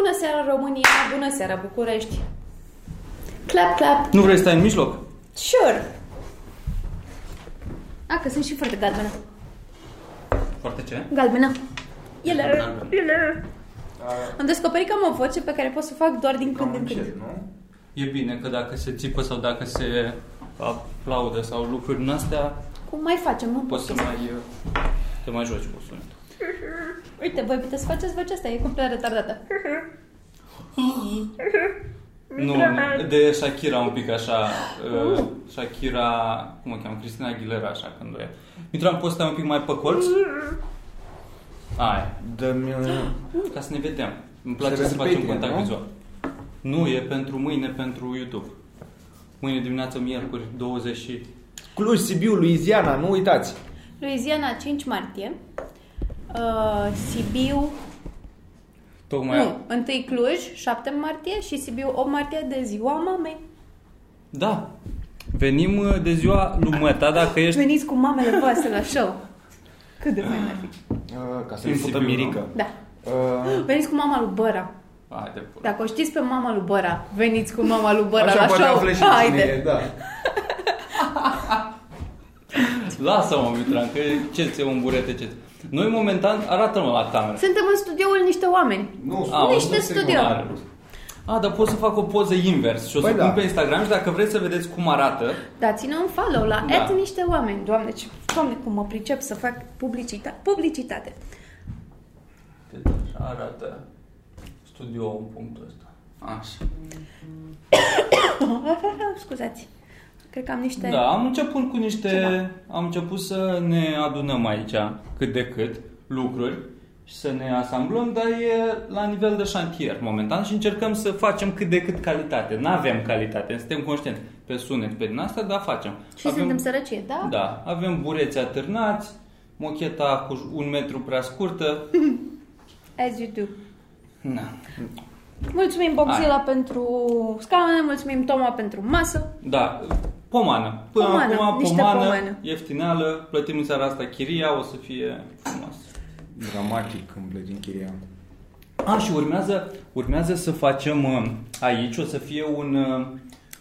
Bună seara România, bună seara București. Clap, clap. Nu vrei să stai în mijloc? Sure. A, că sunt și foarte galbenă. Foarte ce? Galbenă. Ele, ele. Am descoperit că am o voce pe care pot să o fac doar din când în când. nu? E bine că dacă se țipă sau dacă se aplaudă sau lucruri din astea, Cum mai facem? Un poți să podcast? mai, uh, te mai joci cu sunetul. Uite, voi puteți să faceți vocea asta, e complet retardată. Nu, de Shakira un pic așa, uh, Shakira, cum o cheamă, Cristina Aguilera așa când o e. Mitra, am poți să stai un pic mai pe colț? Aia, Dă-mi uh, ca să ne vedem. Îmi Se place să vede pe facem tine, contact nu? vizual. Nu, e pentru mâine, pentru YouTube. Mâine dimineață, miercuri, 20 și... Cluj, Sibiu, Louisiana, nu uitați. Louisiana, 5 martie. Uh, Sibiu, Tocmai nu, întâi Cluj, 7 martie și Sibiu, 8 martie de ziua mamei. Da. Venim uh, de ziua lui Măta, dacă ești... Veniți cu mamele voastre la show. Cât de fain ar fi. Uh, ca să În nu fută Sibiu, mirică. Da. Uh, Veniți cu mama lui Băra. Haide, pula. Dacă o știți pe mama lui Băra, veniți cu mama lui Băra așa la poate show. afle și cine e, Haide. da. Lasă-mă, Mitran, că ce ți un burete, ce Noi, momentan, arată-mă la cameră. Suntem în studioul niște oameni. Nu, Au, niște studio. Are. A, dar pot să fac o poză invers și o să Păi pun da. pe Instagram și dacă vreți să vedeți cum arată, Dați-ne un follow la Da. da. niște oameni. Doamne, ce, doamne, cum mă pricep să fac publicitate. publicitate. Uite, așa arată studio în punctul ăsta. Așa. Scuzați. Cred că am niște... Da, am început cu niște... Ceva. Am început să ne adunăm aici cât de cât lucruri și să ne asamblăm, dar e la nivel de șantier momentan și încercăm să facem cât de cât calitate. N-avem calitate, suntem conștienți pe sunet, pe din asta, dar facem. Și suntem sărăcie, da? Da, avem bureți atârnați, mocheta cu un metru prea scurtă. As you do. Na. Mulțumim Bobzila pentru scaune, mulțumim Toma pentru masă. Da, pomană. Până Pomană, acum, niște pomană, pomană. ieftineală, plătim în seara asta chiria, o să fie frumoasă. Dramatic când pleci din chiria. A, și urmează, urmează să facem uh, aici, o să fie un, uh,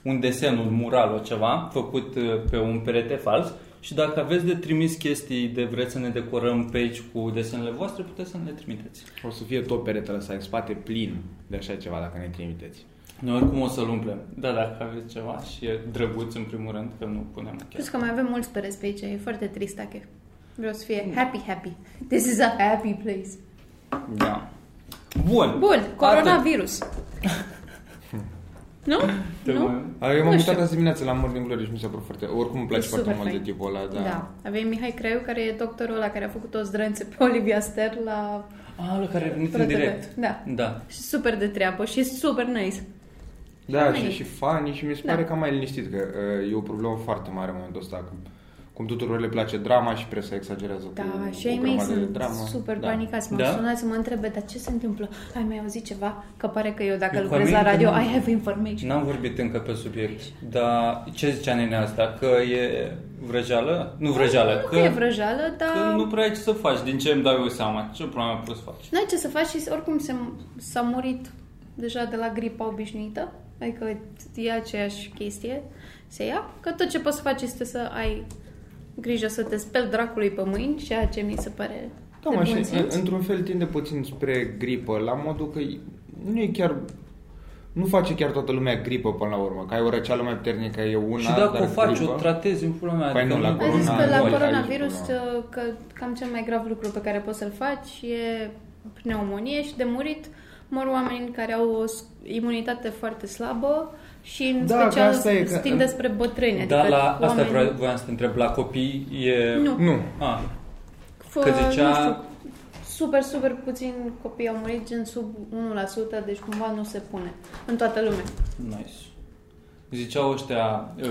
un desen, un mural, o ceva, făcut uh, pe un perete fals. Și dacă aveți de trimis chestii de vreți să ne decorăm pe aici cu desenele voastre, puteți să ne le trimiteți. O să fie tot peretele ăsta în spate plin de așa ceva dacă ne trimiteți. Noi oricum o să-l umplem. Da, dacă aveți ceva și e drăguț în primul rând, că nu punem Plus chiar. că mai avem mulți pereți pe aici, e foarte trist, Ache. Vreau să Mm. fie happy, happy. This is a happy place. Da. Bun. Bun, coronavirus. nu? Atât. nu? Adică eu Nu m-am știu. uitat azi dimineață la Morning Glory și mi s-a părut foarte... Oricum îmi place E foarte super mult de fain. tipul ăla, Da. dar... da. Avem Mihai Creu, care e doctorul ăla care a făcut o zdrânță pe Olivia Ster la A, la care a venit în ProTV. direct. Da. Da. Și super de treabă și super nice. Da, Și și, mai- și fani și mi se Da. pare că am mai liniștit, că uh, e o problemă foarte mare în momentul ăsta. Cum, cum tuturor le place drama și presa exagerează Da, cu, și cu ai o mei grămadă de sunt dramă. super da. panicați. Mă Da? sunați să mă întrebe, dar ce se întâmplă? Ai mai auzit ceva? Că pare că eu dacă Eu cu lucrez la radio, America nu- I have information. N-am vorbit încă pe subiect, dar ce zicea nenea asta? Că e vrăjeală? Nu vrăjeală, Nu că, că e vrăjală, că dar... nu prea ai ce să faci. Din ce îmi dau eu seama? Ce probleme poți să faci? N-ai ce să faci și oricum se, s-a murit deja de la gripa obișnuită, adică e aceeași chestie, se ia, că tot ce poți să faci este să ai grijă să te speli dracului pe mâini, ceea ce mi se pare Da, de mă, și bun în- simț. într-un fel tinde puțin spre gripă, la modul că nu e chiar... Nu face chiar toată lumea gripă până la urmă, că ai o răceală mai puternică, e una, și dacă dar o faci, gripă, o tratezi în pula mea. adică Păi nu, la Ai zis corona- că la Boli, Boli. coronavirus aici e că cam cel mai grav lucru pe care poți să-l faci e pneumonie și de murit mor oameni care au o s- imunitate foarte slabă și în Da, că special asta e, că- tinde spre bătrâni. Da, adică la asta oameni- vreau- voiam să te întreb. La copii e... Ah, Nu. Nu. A, Fă, Că zicea- nu știu, super, super puțin copii au murit, gen sub 1%, deci cumva nu se pune în toată lumea. nice. Ziceau ăștia... Uh,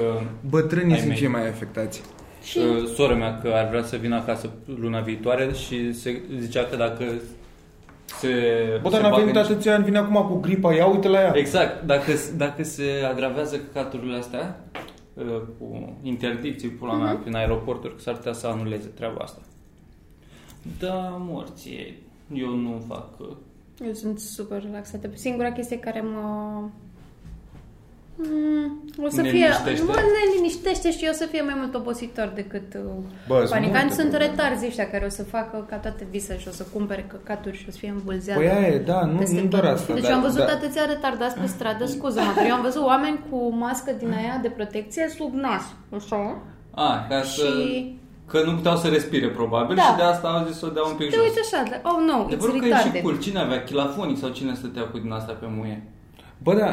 Bătrânii Ai sunt mei. cei mai afectați. Și Uh, Sora mea că ar vrea să vină acasă luna viitoare și se zicea că dacă se Bă, se dar n-a bagă venit niște- atâția ani, vine acum cu gripa, ia uite la ea. Exact, dacă, dacă se agravează căcaturile astea uh, cu interdicții, pula mea, Mhm. prin aeroporturi, că s-ar putea să anuleze treaba asta. Da, morții ei. Eu nu fac... uh, Eu sunt super relaxată. Singura chestie care mă... Mm, o să Ne fie, liniștește. mă ne liniștește și eu o să fie mai mult obositor decât Bă, Bă, sunt panicant. multe Sunt probleme. retarzi ăștia care o să facă ca toate vise și o să cumpere căcaturi și o să fie îmbulzeată. Păi aia e, da, nu, peste nu doar tot. asta. Deci dar, eu am văzut da. atâția retardați pe stradă, scuză-mă, că eu am văzut oameni cu mască din aia de protecție sub nas. Așa. A, ca să... Și- Că nu puteau să respire, probabil, Da. și de asta au zis să o dea un pic Te jos. uiți așa, de, oh no, De it's vreo că e și retarded. cool. Cine avea? Chilafonic sau cine stătea cu din asta pe muie? Bă, da,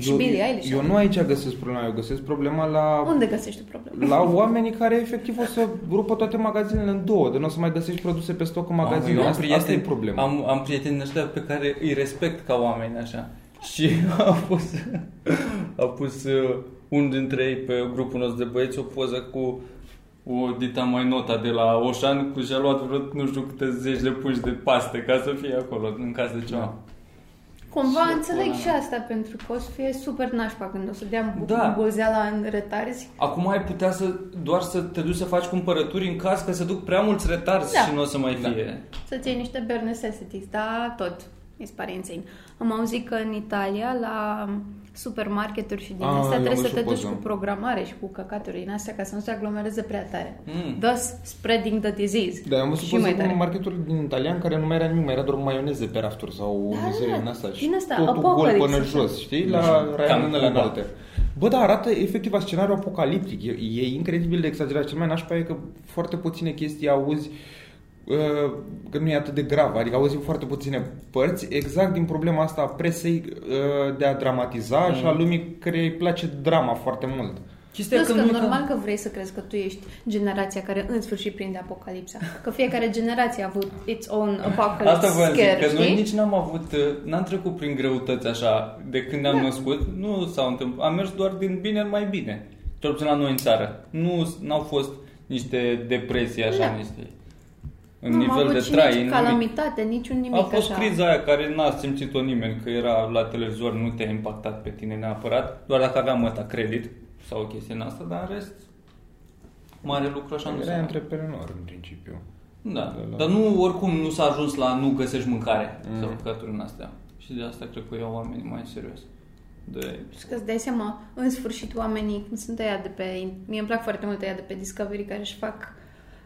Și eu, Billie Eilish. eu nu aici găsesc problema, eu găsesc problema la... Unde găsești tu problema? la oamenii care efectiv o să rupă toate magazinele în două, de nu o să mai găsești produse pe stoc în magazin. Eu Asta, asta e problema. Am, am prieteni ăștia pe care îi respect ca oameni așa. Și a pus, a pus uh, unul dintre ei pe grupul nostru de băieți o poză cu o dita mai nota de la Oșan cu și-a luat vreo nu știu câte zeci de pungi de paste ca să fie acolo în caz de ceva. Cumva Și înțeleg până- și asta, pentru că o să fie super nașpa când o să dea Da. da. bozeala în retarzi. Acum ai putea să doar să te duci să faci cumpărături în caz că se duc prea mulți retarzi Da. și nu o să mai fie. Să-ți iei niște bare necessities, da, tot. Mi se pare insane. Am auzit că în Italia, la supermarketuri și din Ah, astea, eu am trebuie să văzut te duci poza. cu programare și cu căcaturi din astea ca să nu se aglomereze prea tare. Mm. Thus, spreading the disease. Da, am văzut și mai poze tare. cu marketul din italian care nu mai era nimic, mai era doar maioneze pe rafturi sau Da, da, da, mizerie da. în asta și Din asta, totul gol apocalypse, până așa. jos, știi, Da. la raionele Cuba. înalte. Bă, da, arată efectiv la scenariu apocaliptic. E, e incredibil de exagerat. Cel mai nașpa e că foarte puține chestii auzi uh, că nu e atât de grav, adică auzim foarte puține părți exact din problema asta a presei uh, de a dramatiza și a Mm. lumii care îi place drama foarte mult. Chestia Plus că, nu e normal că vrei să crezi că tu ești generația care în sfârșit prinde apocalipsa. Că fiecare generație a avut its own apocalypse Asta vă zic, scare, că noi știi? nici n-am avut, uh, n-am trecut prin greutăți așa de când Da. ne-am născut, nu s-au întâmplat, am mers doar din bine în mai bine, cel puțin la noi în țară. Nu n-au fost niște depresii așa, Da. niște, în Nu am nivel avut de și trai, nici nimic. calamitate, niciun nimic A fost așa. criza aia care n-a simțit-o nimeni, că era la televizor, nu te-a impactat pe tine neapărat, doar dacă aveam măta credit sau o chestie în asta, dar în rest, mare lucru așa nu Era s-a antreprenor în principiu. da, De la- dar nu, oricum nu s-a ajuns la nu găsești mâncare mm. sau căcaturi în astea. Și de asta cred că iau oamenii mai în serios. De... Și că îți dai seama, în sfârșit, oamenii, cum sunt ăia de pe... Mie îmi plac foarte mult ăia de pe Discovery care își fac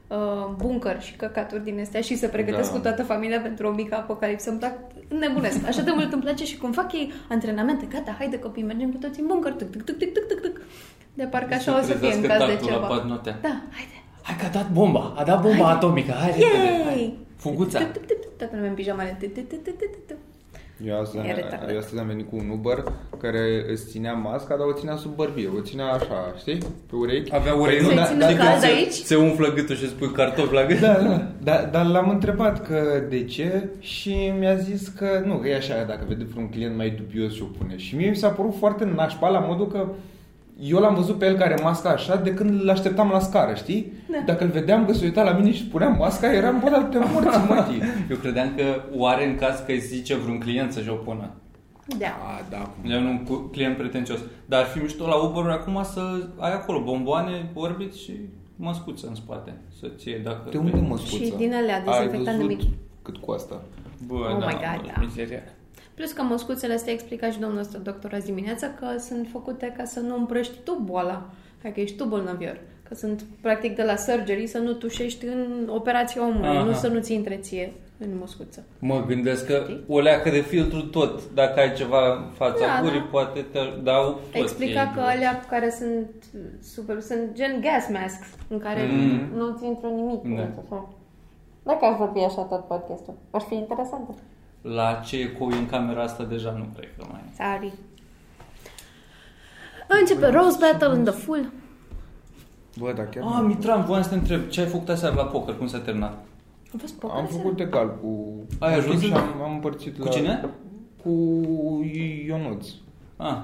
uh, bunker și căcaturi din astea și se pregătesc Da. da. cu toată familia pentru o mică apocalipsă. Îmi plac, nebunesc. Așa de mult îmi place și cum fac ei antrenamente. Gata, haide copii, mergem cu toți în bunker. Tic, tic, tic, tic, tic, tic, tic. De parcă așa o să fie în trezească caz de tactul ceva. La pat noaptea. Da, haide. Hai că a dat bomba, a dat bomba atomică, hai repede. Yay! hai. Fuguța. Tic, tic, tic, tic, Toată lumea în pijamale. Tic, tic, tic, tic, tic, tic. Eu astăzi, E retardat. eu astăzi am venit cu un Uber care îți ținea masca, dar o ținea sub bărbie, o ținea așa, știi? Pe urechi. Păi Avea urei, nu? Se Da, Păi țină știi când cald se- aici? Se umflă gâtul și îți pui cartofi la gât. adică- Da, da, da, dar l-am întrebat că de ce și mi-a zis că nu, că e așa, dacă vede vreun client mai dubios și o pune. Și mie mi s-a părut foarte nașpa la modul că eu l-am văzut pe el care are masca așa de când îl așteptam la scară, știi? Da. Dacă îl vedeam că se uita la mine și punea masca, eram, bă, dar te morți, mătii. Eu credeam că oare în caz că îi zice vreun client să-și o pună. Da. A, da, cum Eu un cu- client pretențios. Dar ar fi mișto la uber acum să ai acolo bomboane, orbit și măscuță în spate. Să ție dacă... De unde mă scuță? Și din alea dezinfectante mici. cât cu asta? Bă, Oh da, my God, bă, da. mizeria. Plus că măscuțele astea explica și domnul ăsta doctor azi dimineața că sunt făcute ca să nu împrăști tu boala, dacă ești tu bolnavior. Că sunt practic de la surgery să nu tușești în operația omului, Aha. nu să nu ți intre ție în muscuță. Mă gândesc că Știi? o leacă de filtru tot. Dacă ai ceva în fața Da, da. gurii, poate te dau tot. Explica e că idiot. alea care sunt super, sunt gen gas masks, în care Mm. nu ți intră nimic. Da. Așa. Dacă aș vorbi așa tot podcastul, aș fi interesant. La ce ecou e în camera asta deja nu cred că mai e. Sorry. Începe Rose Battle in the Full. Bă, da, chiar Ah, Mitran, voiam să te întreb, ce ai făcut aseară la poker? Cum s-a terminat? A fost poker Am aseară? făcut egal cu... Ai ajuns? Și am, am împărțit Cu la... cine? Cu Ionuț. Ah,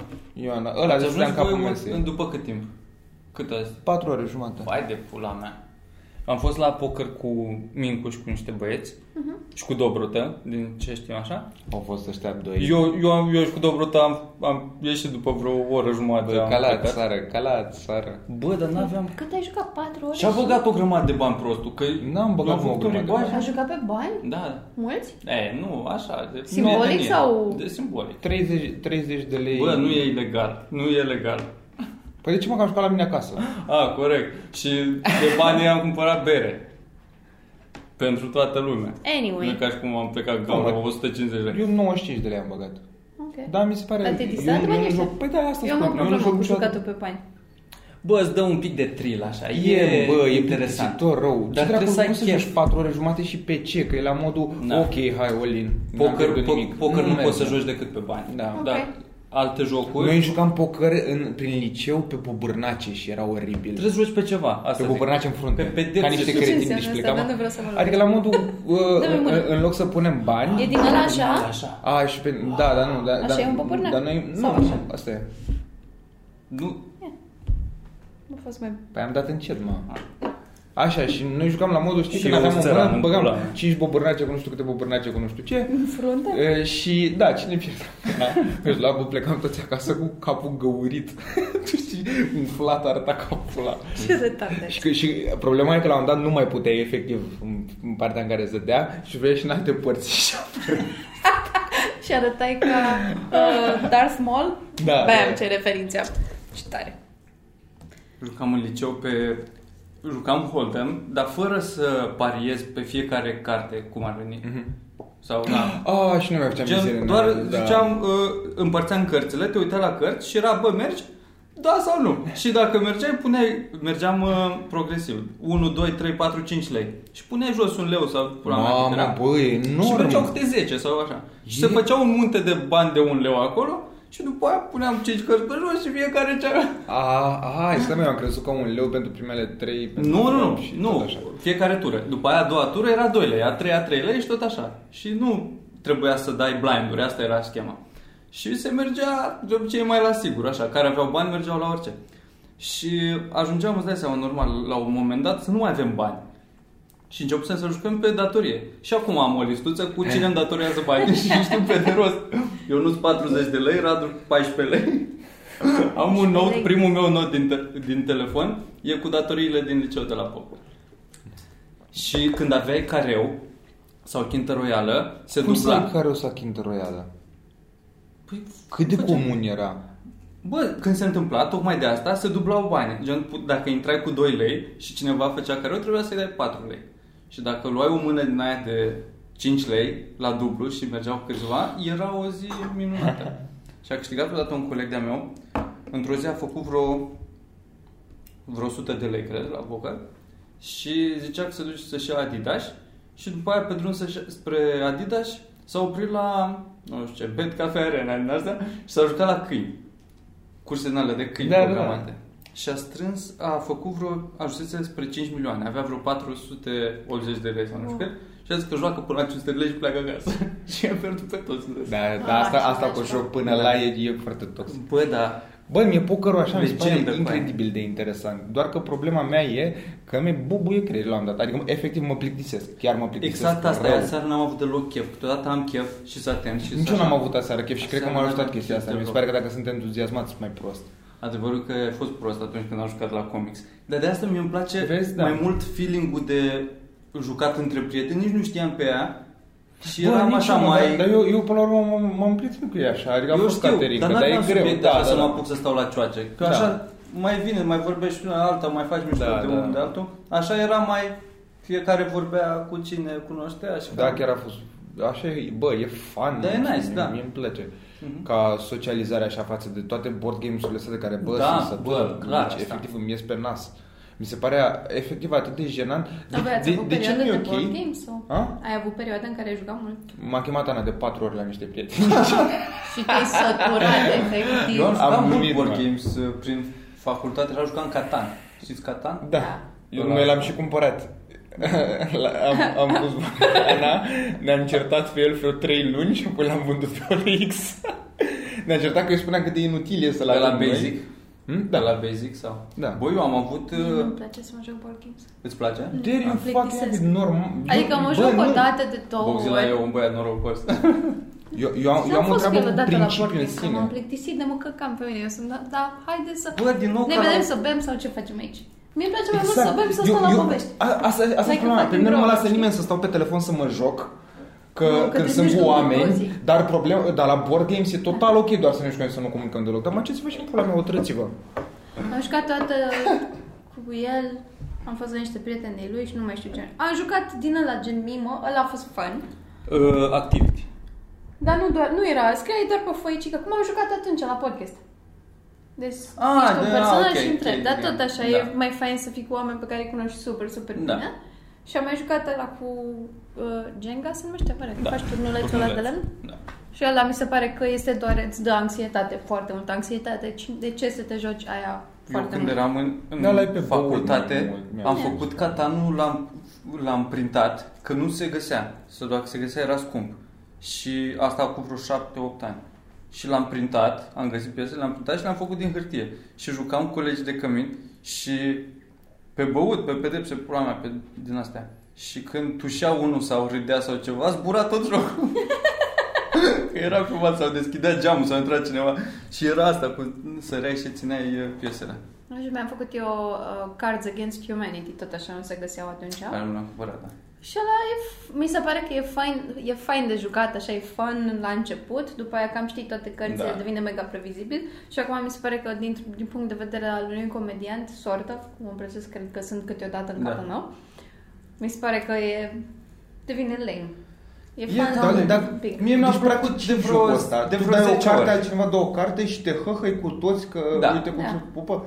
Ioana. Ăla ați de ajuns stă în voi capul în- mesei. în după cât timp? Cât azi? Patru ore jumate. Hai de pula mea. Am fost la poker cu Mincu și cu niște băieți Mhm. uh-huh. și cu Dobrută, din ce știu așa. Au fost ăștia doi. Eu, eu, am- eu și cu Dobrută am, am ieșit după vreo oră jumătate. am Calat, plecat. țară, calat, țară. Bă, dar n-aveam... Cât ai jucat? 4 ore? Și-a băgat o grămadă de bani prostul, că N-am băgat am făcut o un grămadă de rigoaj. Ai jucat pe bani? Da, Mulți? e, nu, așa, de Simbolic prietenie. sau- De simbolic. 30, 30 de lei. Bă, nu e ilegal, nu e legal. Păi de ce mă că am jucat la mine acasă? A, corect. Și de bani am cumpărat bere. Pentru toată lumea. Nu e Anyway. ca și cum am plecat gaură, mă- 150 lei. Eu 95 de lei am băgat. Ok. Dar mi se pare... Dar te-ai eu- distrat eu banii nu ăștia? joc- Păi da, asta Eu spun. am o nu problemă joc cu niciodată. jucatul pe bani. Bă, îți dă un pic de thrill așa. E, E, bă, e interesant. plictisitor rău. Dar Dar trebuie dracu, să să ai nu să chef. joci 4 ore jumate și pe ce? Că e la modul, Na. ok, hai, all-in. N-am Poker, pierdut nimic. po- poker Da, nu, merge. poți să joci decât pe bani. Da. Dar Ok. alte jocuri... Noi jucam poker în, prin liceu pe bubârnace și era oribil. Trebuie să joci pe ceva. Asta Pe zic. bubârnace în frunte. Pe pedepse. ca niște Ce cretini. înseamnă Deci asta? plecam... Dar nu vreau să mă lovesc. adică la modul, uh, Dă-mi mână. în, în loc să punem bani, E din ăla așa? Așa. A, și pe... Da, da, nu. Da, Așa da, e un bubârnac? Dar noi... Nu, Sau așa? asta e. Nu, Nu a fost mai... Păi am dat încet, mă. Așa, și noi jucam la modul, știi, Și când eu aveam o țăram mână, în pula băgam mea. 5 bobârnace cu nu știu câte bobârnace cu nu știu ce. În frunte? E, și da, cine pierdea? Deci la bă, plecam toți acasă cu capul găurit. tu știi, umflat arăta capul ăla. Ce retardat. Și, că- și problema e că la un dat nu mai puteai efectiv în, în partea în care zădea și vrei și în alte părți. Și Și arătai ca uh, Darth Maul? Da, Bam, da. ce referințe am. Ce tare. Jucam în liceu pe... Jucam Hold'em, dar fără să pariez pe fiecare carte cum ar veni. Mhm. Sau, da, na. A, Ah, și nu mai făceam mizerie. Gen, în doar aia, da. ziceam, uh, împărțeam cărțile, te uitai la cărți și era, bă, mergi? Da sau nu? Și dacă mergeai, puneai, mergeam uh, progresiv. 1, 2, 3, 4, 5 lei. Și puneai jos un leu sau pula mea, cât era. Mamă, bă, e Și făceau enorm. câte 10 sau așa. Și E- se făcea un munte de bani de un leu acolo și după aia puneam 5 cărți pe jos și fiecare cealaltă. A, a, stai mai, am crezut că un leu pentru primele trei. pentru Nu, nu, nu, opt și tot nu. așa. fiecare tură. După aia a doua tură era 2 lei, a treia 3 lei și tot așa. Și nu trebuia să dai blinduri, asta era schema. Și se mergea de obicei mai la sigur, așa, care aveau bani mergeau la orice. Și ajungeam, îți dai seama, normal, la un moment dat să nu mai avem bani. Și începusem să jucăm pe datorie. Și acum am o listuță cu cine îmi datorează bani și știu pe de rost. Eu nu 40 de lei, Radu 14 lei. Am un note, primul meu note din, te- din telefon e cu datoriile din liceu de la Popor. Și când aveai careu sau chintă royală, se Cum să dubla. ai care o să Kinder Royale? Păi, Cât de făceam- comun era? Bă, când se întâmpla, tocmai de asta, se dublau bani. Gen, pu- dacă intrai cu 2 lei și cineva făcea careu, trebuia să-i dai 4 lei. Și dacă luai o mână din aia de 5 lei la dublu și mergeau câțiva, era o zi minunată. și a câștigat odată un coleg de-a meu, într-o zi a făcut vreo, vreo 100 de lei, cred, la poker și zicea că se duce să-și ia Adidas și după aia pe drum să spre Adidas s-a oprit la, nu știu ce, Bet Cafe Arena din asta și s-a jucat la câini. Curse din alea de câini Da, da, programate. Și a strâns, a făcut vreo, ajunsese spre 5 milioane, avea vreo 480 de lei sau nu știu cât și a zis că joacă până la 500 de lei și pleacă acasă. și a pierdut pe toți. Da, Ah, da asta, ce asta cu faci, joc până da. la e, e foarte toxic. Bă, da, Bă, mi-e pokerul așa, mi se pare Legendă, bă. incredibil de interesant. Doar că problema mea e că mi-e bubuie creierul la un dat. Adică, efectiv, mă plictisesc. Chiar mă plictisesc. exact asta, rău. e, seară n-am avut deloc chef, câteodată am chef și să atent și Nici să eu n-am așa. da, avut aseară chef și cred că m-a Aseară ajutat n-am chestia avut asta. Mi se chef pare că dacă sunt entuziasmați, sunt mai prost. Adevărul că ai fost prost atunci când am jucat la comics. Dar de asta mi îmi place Vezi, da. mai mult feeling-ul de jucat între prieteni. Nici nu știam pe ea. Și Bă, eram nici așa eu, dar- mai... Dar eu, eu până la urmă, m-am- m-am plictisit cu ea așa. Adică am eu fost știu, caterincă, dar dar e n-aveam greu. subiect așa să mă apuc să stau la cioace. Că Da. așa mai vine, mai vorbești una la alta, mai faci mișto Da, de da. unul de altul. Așa era mai... Fiecare vorbea cu cine cunoștea și... Da, chiar a fost... Așa e, bă, e fun. Da, e nice, Mie- da. Mie îmi place. Mhm. Ca socializare așa față de toate board games-urile astea de care, bă, Da, sunt bă, sătul, clar asta. efectiv îmi ies pe nas. Mi se pare efectiv atât de jenant. Dar voi Da, ați avut perioadă de board games sau? A? Ai avut perioada în care ai jucat mult? M-a chemat Ana de patru ori la niște prieteni. Și te-ai săturat, efectiv. Eu am jucat Am mult numit, board mă. games uh, prin facultate. Era jucat în Catan. Știți Catan? da. Eu Eu la- Noi l-am și cumpărat. La- am, am pus Ana, ne-am certat pe el vreo 3 luni și apoi l-am vândut pe OLX. ne-am certat că eu spuneam cât de inutil e să-l De la avem noi. Basic. Hm? De Da. la Basic sau? Da. Boi, eu am avut... Mie uh, nu-mi place să mă joc board games. Îți place? Mă There you fucking have plictisesc. it normal. Adică mă Bă, joc nu. o dată de două Boxila e ori. un băiat norocos. Eu, eu, am, eu Am am o fost treabă eu cu odată la board principiul în games, că sine. m-am plictisit de mă căcam pe mine. Eu sunt, da, da haide să... Bă, din nou, ne ca la- vedem să bem sau ce facem aici. Mie îmi place mai mult să Exact. bem, să Exact. Eu- stau la eu- povești. a- Asta, asta e Like problema. fucking Pe mine nu mă bro, lasă știi? nimeni să stau pe telefon să mă joc. Că, Nu, că când te sunt duci cu cu oameni, bucății. dar, problema, dar la board games e total ok doar să ne jucăm să nu comunicăm deloc. Dar mă, ce să facem pula mea, o trăți-vă. Am jucat toată cu el, am fost la niște prieteni ai lui și nu mai știu ce. Am jucat din ăla gen Mimo, ăla a fost fun. Uh, Activity. Dar nu, doar, nu era, scriai doar pe foicică, cum am jucat atunci la podcast. Deci Ah, ah, ești o da, persoană ok, și întrebi, ok, dar ok. tot așa Da. e mai fain să fii cu oameni pe care îi cunoști super, super Da. bine. Și am mai jucat ăla cu uh, Jenga, se numește, pare, Da. da. faci turnulețul ăla de Turnuleț. lemn. Da. Și ăla mi se pare că este doar, îți dă anxietate, foarte multă anxietate. Ci- De ce să te joci aia Eu foarte când mult? eram în, în Da, l-ai pe da. facultate, băut mai mult, am mi-am făcut catanul, l-am, l-am printat, că nu se găsea. Să dacă se găsea era scump. Și asta cu vreo 7-8 ani. Și l-am printat, am găsit piesele, l-am printat și l-am făcut din hârtie. Și jucam cu colegi de cămin și pe băut, pe pedepse, pula mea, pe din astea. Și când tușea unul sau râdea sau ceva, zbura tot jocul. Că era cumva, sau deschidea geamul, sau intra cineva. Și era asta, cu săreai și țineai uh, piesele. Nu știu, mi-am făcut eu uh, Cards Against Humanity, tot așa nu se găseau atunci. Care nu l-am cumpărat, da. Și ăla e, f- mi se pare că e fain, e fain de jucat, așa e fun la început, după aia cam știi toate cărțile, Da. da. devine mega previzibil și acum mi se pare că din, din punct de vedere al unui comediant, sortă, cum îmi presupun, cred că sunt câteodată în Da. capul meu, mi se pare că e, devine lame. E, E, fun da, un dar pic. mie mi-a Deci, plăcut practic, de jocul vreo, ăsta, de de vreo vreo dai o 10 carte, ori. ai cineva două carte și te hăhăi cu toți că Da. uite cum Da. se pupă.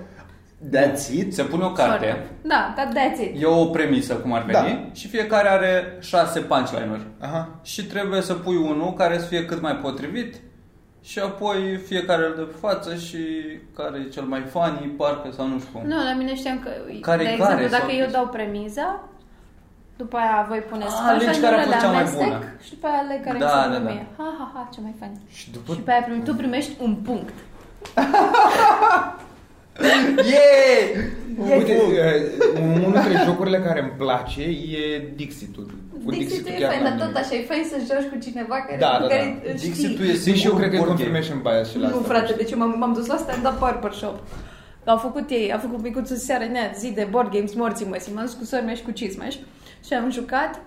That's it. Se pune o Sortă. carte, Da, dar that's it. e o premisă cum ar veni Da. și fiecare are șase punchline-uri. Aha. Și trebuie să pui unul care să fie cât mai potrivit și apoi fiecare îl dă pe față și care e cel mai funny, parcă sau nu știu cum. Nu, la mine știam că, Care-i de care exemplu, dacă sau eu ce? dau premiza, după aia voi puneți Ah, așa, alegi care a fost le cea mai amestec bună. Și după aia aleg care Da, da, mi se da, da, da. mie. Ha, ha, ha, ce mai fain. Și după... Și pe aia primi, tu primești un punct. Păi Yeah! Uite, uh, unul dintre jocurile care îmi place e Dixit-ul. Cu Dixit-ul e chiar fain, n-am dar tot nimic. așa, e fain să joci cu cineva care, Da, cu da, care da. îl știi. Dixit-ul e Și eu singur cred că e board game. confirmation bias și la Nu, asta. frate, deci eu m-am, m-am dus la stand-up barber shop. Au făcut ei, a făcut micuțul seară, nea, zi de board games, morții mă, m-am dus cu sora mea și cu cizmeș și am jucat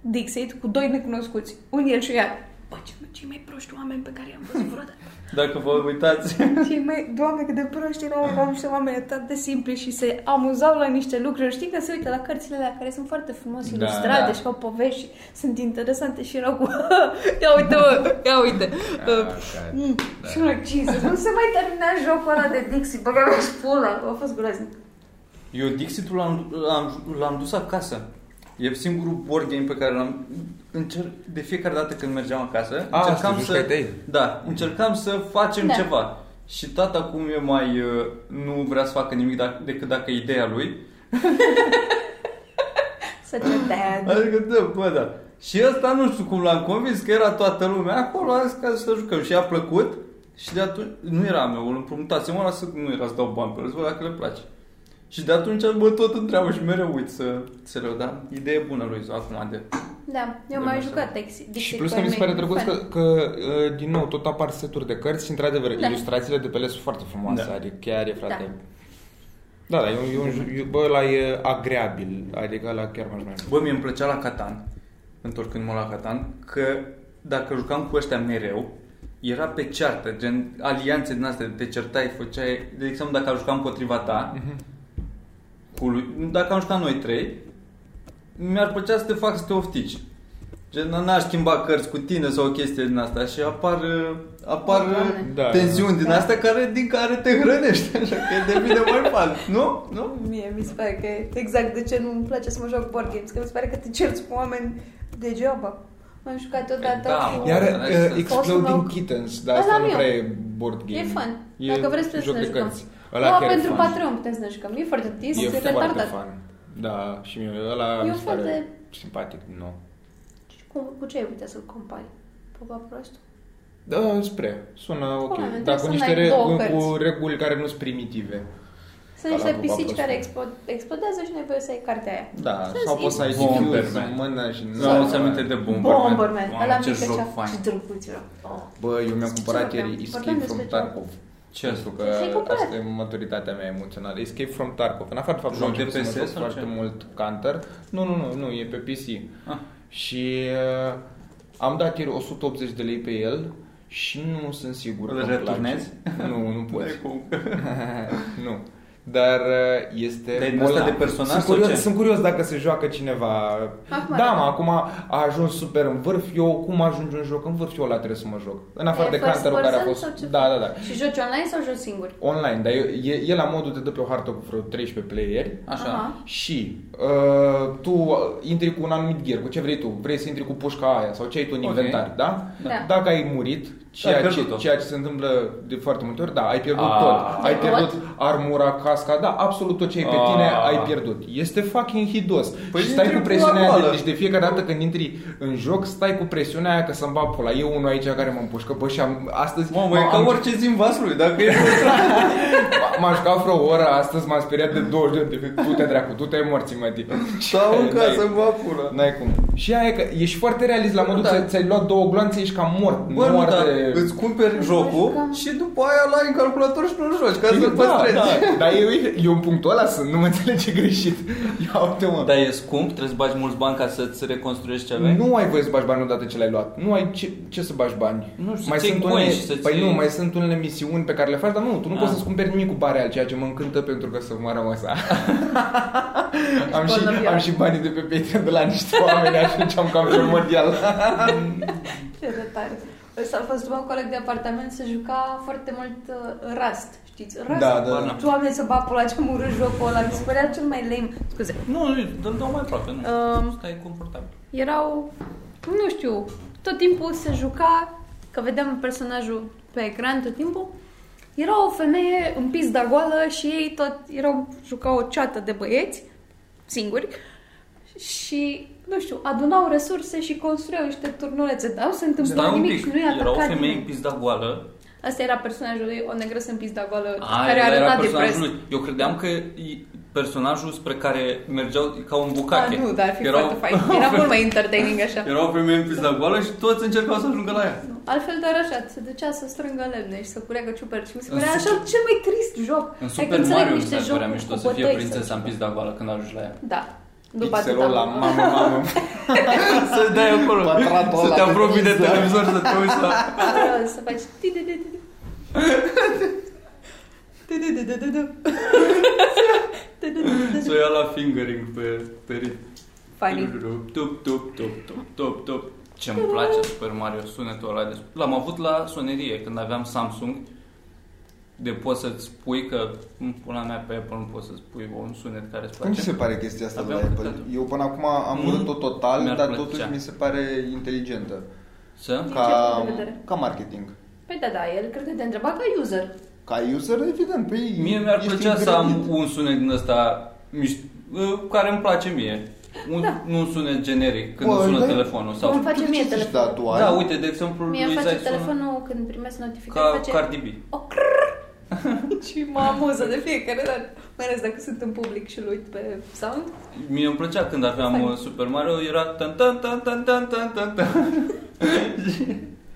Dixit cu doi necunoscuți, un el și ea. Bă, ce, cei mai proști oameni pe care i-am văzut vreodată. Dacă vă uitați, Cei mai, doamne, cât de proști erau, erau niște oameni atât de simpli și se amuzau la niște lucruri. Știi că se uită la cărțile alea care sunt foarte frumos Da, ilustrate da. și au povești și sunt interesante și erau cu... ia uite, mă, ia uite. Ah, ok. Mm. Și mă, Jesus, nu se mai termina jocul ăla de Dixie, băga mea și pula, a fost groaznic. eu Dixit-ul l-am, l-am, l-am dus acasă. E singurul board game pe care l-am încerc de fiecare dată când mergeam acasă, Ah, încercam să să jucai de ei. Da, încercam să facem Da. ceva. Și tata cum e mai uh, nu vrea să facă nimic dacă, decât dacă e ideea lui. Să te dea. Adică da, bă, da. Și ăsta nu știu cum l-am convins că era toată lumea acolo, a zis ca să jucăm și i-a plăcut. Și de atunci, nu era meu, îl împrumutasem ăla să nu era să dau bani pe el, să văd dacă le place. Și de atunci mă tot întreabă și mereu uit să, să rău, da? Idee bună lui Izu, acum de... Da, De eu m-am mai jucat Dixie. Și Dixie plus cu că mi se pare Hermione, drăguț că, fun. că, uh, din nou, tot apar seturi de cărți și, într-adevăr, Da. ilustrațiile de pe ele sunt foarte frumoase. Da. Adică chiar e, frate... Da. Da, da, e un, e un, ju- e- bă, ăla e agreabil, adică ăla chiar m-aș mai Bă, mie îmi plăcea la Catan, întorcându-mă la Catan, că dacă jucam cu ăștia mereu, era pe ceartă, gen alianțe din astea, te certai, făceai, de exemplu, dacă jucam împotriva ta, cu lui, dacă am jucat noi trei, mi-ar plăcea să te fac să te oftici. Gen, n-aș schimba cărți cu tine sau o chestie din asta și apar, uh, apar Doamne. da, Da. tensiuni din astea care, din care te hrănești, așa că devine mai fan, nu? Nu? Mie mi se pare că e exact de ce nu îmi place să mă joc board games, că mi se pare că te cerți cu oameni degeaba. M-am jucat odată Da, cu... mă. Iar- Iar Ăla este- uh, Exploding Cosmo. Kittens, dar Ăla asta nu am eu. prea e board game. E fun. E Dacă vreți, puteți joc să ne de jucăm. cărți. Ăla Ăla chiar e pentru fun. Patreon puteți să ne jucăm. E foarte tist, E e, foarte retardat. fun. Da, și mie ăla E mi se un fel pare de- simpatic, nu. Cu, cu ce ai putea să-l compari? Popa prost? Da, spre. Sună ok. Oameni, trebuie Dar să cu niște n-ai două re- cu părți. reguli care nu sunt primitive. Sunt Ca niște la Boba pisici Fett. care expo- explodează și nevoie să ai cartea aia. Da, Ce-am sau zis? poți să ai Bomberman. diffuse în mână și Nu am aminte de Bomberman. Bomberman, ăla Mamă, mică ce și joc ce fain. drăguț era. Oh. Bă, eu mi-am cumpărat vorbeam? ieri Vorbeam Escape despre from ce? Tarkov. Ce? Pentru că Ce-ai cumpărat? asta e maturitatea mea emoțională. Escape from Tarkov. În afară de faptul că Joc am de început să mă PS joc sau foarte ce? mult Counter. Nu, nu, nu, nu, e pe PC. Ah. Și uh, am dat ieri 180 de lei pe el și nu sunt sigur Îl că îmi returnezi? place. Nu, nu pot. Cum? nu. Dar uh, este... Dar e din bolnav. ăsta de personaj sunt sau curios, ce? sunt curios dacă se joacă cineva. Acum da, arată. mă, acum a ajuns super în vârf. Eu cum ajungi un joc în vârf? Eu la trebuie să mă joc. În afară E de first counter care a person fost... sau ce Da, da, da. Și joci online sau joci singur? Online, dar e, e, e la modul te dă pe o hartă cu vreo 13 playeri Așa. Aha. și uh, tu intri cu un anumit gear, cu ce vrei tu. Vrei să intri cu pușca aia sau ce ai tu în Ok. Da, inventar, da? Da. Dacă ai murit, ceea, ce, pierdut-o. ceea ce se întâmplă de foarte multe ori, da, ai pierdut Ah. tot. Ai Tot? pierdut armura, casca, da, absolut tot ce ai pe tine Ah. ai pierdut. Este fucking hidos. Păi și stai intri cu cu presiunea aia, armoară. de- deci de fiecare dată când intri în joc, stai cu presiunea aia că să-mi bag pula. Eu unul aici care mă împușcă, bă, și am, astăzi... Mamă, e am- ca am- orice zi în vasului, dacă e... M- M-am jucat vreo oră astăzi, m-am speriat de 20 de ori, de cât tu te dracu, tu te-ai morții, mă, tii. Stau în N-ai- casă, în vapură. N-ai cum. Și aia e că ești foarte realist la modul Da. că ți-ai luat două gloanțe, ești cam mort. Bă, nu, mort dar de... îți cumperi jocul și după aia l ai în calculator și nu joci, ca Bine, să-l păstrezi. Da, da. Dar eu, eu în punctul ăla sunt, nu mă înțelege greșit. Ia uite mă. Dar e scump, trebuie să bagi mulți bani ca să-ți reconstruiești ce aveai? Nu ai voie să bagi bani odată ce l-ai luat. Nu ai ce, ce să bagi bani. Nu știu, mai să-ți sunt iei unele, coin și să-ți Păi nu, iei- mai sunt unele misiuni pe care le faci, dar nu, tu nu Ah. poți să-ți cumperi nimic cu bani real, ceea ce mă încântă pentru că să mă rămas am, și, bolnăvioasă. am și banii de pe Patreon de la niște oameni, atunci am cam pe mondial. Ce de tare. Ăsta a fost un coleg de apartament să juca foarte mult uh, Rust, știți? Rust? Da, da, da. Doamne, să bapul la ce am urât jocul ăla, mi se părea cel mai lame. Scuze. Nu, nu, dă-l dau mai aproape, nu. Um, Stai confortabil. erau, nu știu, tot timpul se juca, că vedeam personajul pe ecran tot timpul, era o femeie în pizda goală și ei tot erau, jucau o ceată de băieți, singuri, și, nu știu, adunau resurse și construiau niște turnulețe, dar nu se întâmpla Stai un nimic pic, și nu i-a era o atacat femeie în nimeni. pizda goală Asta era personajul lui, o negrăsă în pizda goală, A, care el era arăta personajul depres. lui. Eu credeam că e personajul spre care mergeau ca un Ah, bucache. nu, dar ar fi Erau- foarte fain. Era mult mai entertaining așa. Era o femeie în pizda goală și toți încercau să ajungă la ea. Nu. Altfel doar așa, se ducea să strângă lemne și să cureagă ciuperci. Mi se părea așa cel mai trist joc. În Adică Super înțeleg Mario mi niște se părea jocuri mișto cu să fie bătăi prințesa în pizda goală când ajungi la ea. Da. După atâta. Pixelul la mamă, mamă. Să dai acolo, Pătratul să ăla te de apropii de Exact. pizza. televizor, să te uiți la... Vreau să faci... ti, ti, ti, ti, ti. Ti, ti, ti, ti, ti, ti. Ti, ti, ti, ti, ti. Să o ia la fingering pe, pe rit. Funny. Tup, tup, tup, tup, tup, tup. Ce îmi place Super Mario, sunetul ăla de... L-am avut la sonerie când aveam Samsung de poți să-ți spui că în pula mea pe Apple nu poți să spui un sunet care îți Cum ți place. se pare chestia asta de la Aveam Apple? câteodată. Eu până acum am Nu urât-o total, mi-ar dar plăcea. totuși mi se pare inteligentă. Să? Din ce Ca, punct de vedere? ca marketing. Păi da, da, el cred că te întreba ca user. Ca user, evident, păi Mie mi-ar ești plăcea să am ingredientă. un sunet din ăsta miș- uh, care îmi place mie. Un, Da. Nu un sunet generic când Bă, îmi sună da. telefonul. Cum Sau... îmi face Tu de mie ce zici, telefonul? Da, tu ai. Da, uite, de exemplu, Mie îmi lui face Zai sună telefonul când primesc notificări, ca face... Cardi B. o crrr. și mă amuză de fiecare dată, mai ales dacă sunt în public și îl uit pe sound. Mie îmi plăcea când aveam Fain. uh, Super Mario, era tan tan tan tan tan tan tan tan.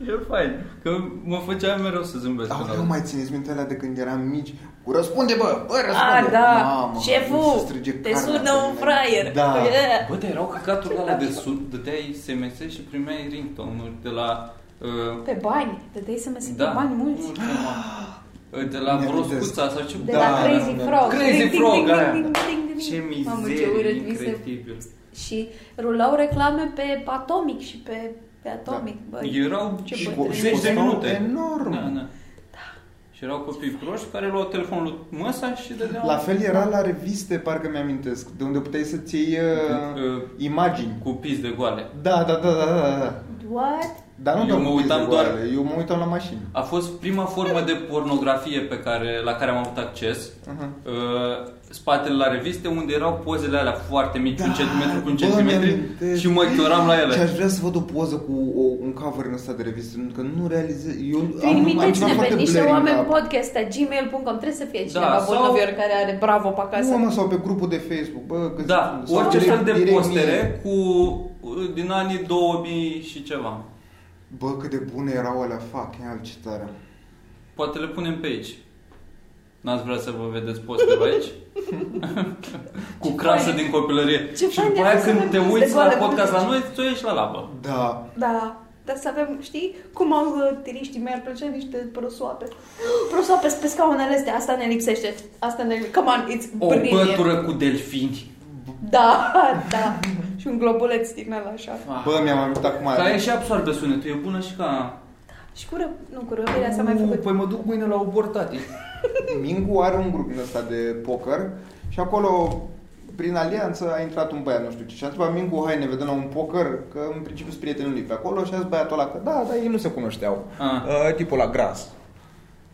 E fain, că mă făcea mereu să zâmbesc. Au, când eu mai țineți minte alea de când eram mici? Cu răspunde, bă! Bă, A, răspunde! da, Mamă, cum se șeful, strige te carnea sună pe un mine. fraier. Păi, Da. Yeah. Bă, dar erau căcaturile alea de sud, dădeai SMS și primeai ringtone de la... uh, Pe bani, te dai SMS pe Da. bani mulți. nu știu cum. Uh, De la Mi-amintesc. Broscuța sau ce... De Da, la Crazy da, da. Frog. Crazy Ding, ding, Frog, ding, aia. ding, ding, ding, Ce ding. Mamă, mizerie ce urât mi se... incredibil. Și rulau reclame pe Atomic și pe, pe Da. Atomic. Bă, Erau Ce și bătrâni. cu Și 10 de costau minute. enorm. Da, da. Și erau copii proști care luau telefonul lui măsa și da. dădeau... La fel era la reviste, parcă mi-amintesc, de unde puteai să-ți iei uh, Uh, imagini. cu pis de goale. Da, da, da, da, da, da. What? Dar nu Eu doar mă cu pizde uitam doar- goale, eu mă uitam la mașini. A fost prima formă de pornografie pe care, la care am avut acces. Uh-huh. Uh, spatele la reviste unde erau pozele alea foarte mici, da, un centimetru cu un bă, centimetru mi-amintesc. și mă chioram la Și aș ele. vrea să văd o poză cu o, un cover în ăsta de revistă, pentru că nu realizez... Eu am, am Trimiteți-ne ceva Păi pe foarte niște blurry în oameni cap. podcast gmail.com Trebuie să fie cineva da, sau- bolnovior care are bravo pe acasă. Nu, mă, sau pe grupul de Facebook, bă, că Da, sau orice direct- fel de direct postere mie. cu uh, din anii 2000 și ceva. Bă, cât de bune erau alea, fuck, ia ce tare. Poate le punem pe aici. N-ați vrea să vă vedeți postele aici? cu Ce crasă fain. din copilărie. Ce și fain după de aia fost să când avem te pizde uiți la goale cu podcast la pizde. noi, tu ești la labă. Da. Da, dar să avem, știi, cum au uh, tiriștii, mi-ar plăcea niște prosoape. Prosoape pe scaunele astea, asta ne lipsește. Asta ne Come on, it's O brilliant. pătură cu delfini. Da, da. Și un globuleț din ăla așa. Bă, mi-am amintit acum. Ca e și absorbe sunetul, e bună și ca... Și cu ră- nu, cu răpirea s-a mai făcut. Păi mă duc mâine la obortate. Mingu are un grup din ăsta de poker și acolo prin alianță a intrat un băiat, nu știu ce, și a întrebat Mingu, hai ne vedem la un poker, că în principiu sunt prietenul lui pe acolo și a zis băiatul ăla că da, dar ei nu se cunoșteau. Ah. Uh, tipul la gras,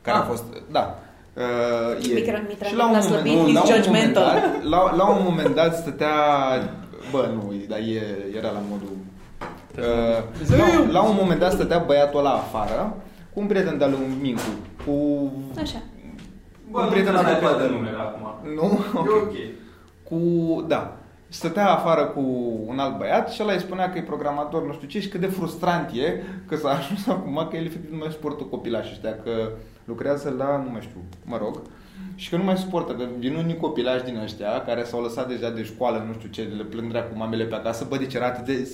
care Ah. a fost, da. Uh, ieri. Micran Mitran, Și la un l-a moment- slăbit, nu, he's la un moment judgmental. dat- la- la un moment dat stătea, bă, nu, dar e, era la modul Uh, la, la un moment dat stătea băiatul ăla afară cu un prieten de-al lui Mincu, cu... Așa. Bă, un nu prieten trebuie să mai al lui vadă Petre. numele acum. Nu? E ok. Cu... Da. Stătea afară cu un alt băiat și ăla îi spunea că e programator, nu știu ce, și cât de frustrant e că s-a ajuns acum că el efectiv nu mai suportă copilașii ăștia, că lucrează la, nu mai știu, mă rog, și că nu mai suportă, că vin unii copilași din ăștia care s-au lăsat deja de școală, nu știu ce, le plâng cu mamele pe acasă, bă, deci era atât de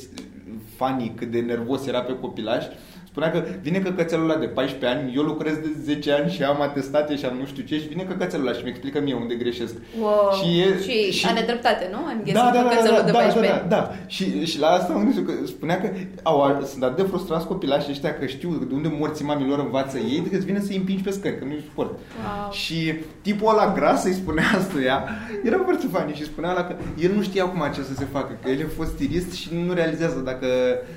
funny, cât de nervos era pe copilaș, spunea că vine căcățelul ăla de 14 ani, eu lucrez de 10 ani și am atestate și am nu știu ce și vine căcățelul ăla și mi explică mie unde greșesc. Wow. Și e- și, și- are dreptate, nu? Am Da, ghesit da, da, da, cățelul da, de da, da, 14 da, da. Și, și la asta mă gândesc eu că spunea că au, a- sunt atât de frustrați copilașii ăștia că știu de unde morții mamilor învață ei, decât îți vine să-i împingi pe scări, că nu-i suport. Wow. Și tipul ăla gras îi spunea asta ea, era foarte funny și spunea ăla că el nu știa acum ce să se facă, că el a fost stilist și nu realizează dacă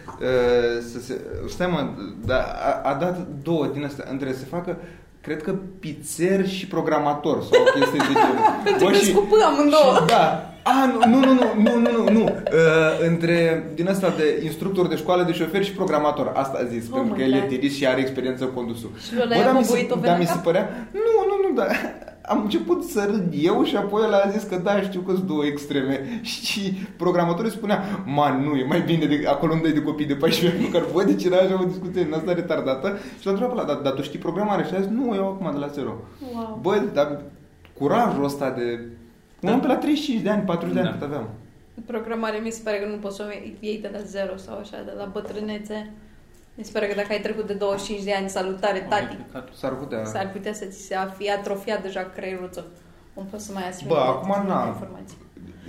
uh, să se... Stai mă, dar a, a dat două din astea, între să facă Cred că pizzer și programator sau o chestie de genul. Pentru Bă, că și- sunt cu P amândouă. și da. A, nu, nu, nu, nu, nu, nu, nu. Uh, între din asta de instructor de școală de șofer și programator. Asta a zis, Oh oh pentru my că el e God. tirist și are experiență în condusul. Și lui ăla i-a dar mi se, băbuit o venă dar în mi se cap? părea... Nu, nu, nu, da. Am început să râd eu și apoi el a zis că da, știu că sunt două extreme. Și programatorul spunea, ma, nu, e mai bine de acolo unde e de copii de 14 ani, măcar voi, deci era așa o discuție din asta retardată. Și l-a întrebat, pe ăla, dar, dar tu știi programare? Și a zis, nu, eu acum de la zero. Wow. Băi, dar curajul ăsta de... Un om pe la 35 de ani, 40 de ani Da. cât aveam. Programare mi se pare că nu poți să o iei de la zero sau așa, de la bătrânețe. Mi se pare că dacă ai trecut de 25 de ani, salutare, tati. S-ar putea... S-ar putea să ți se afie atrofiat deja creierul tău. Nu poți să mai asimile Bă, acum atât de n-am. informații.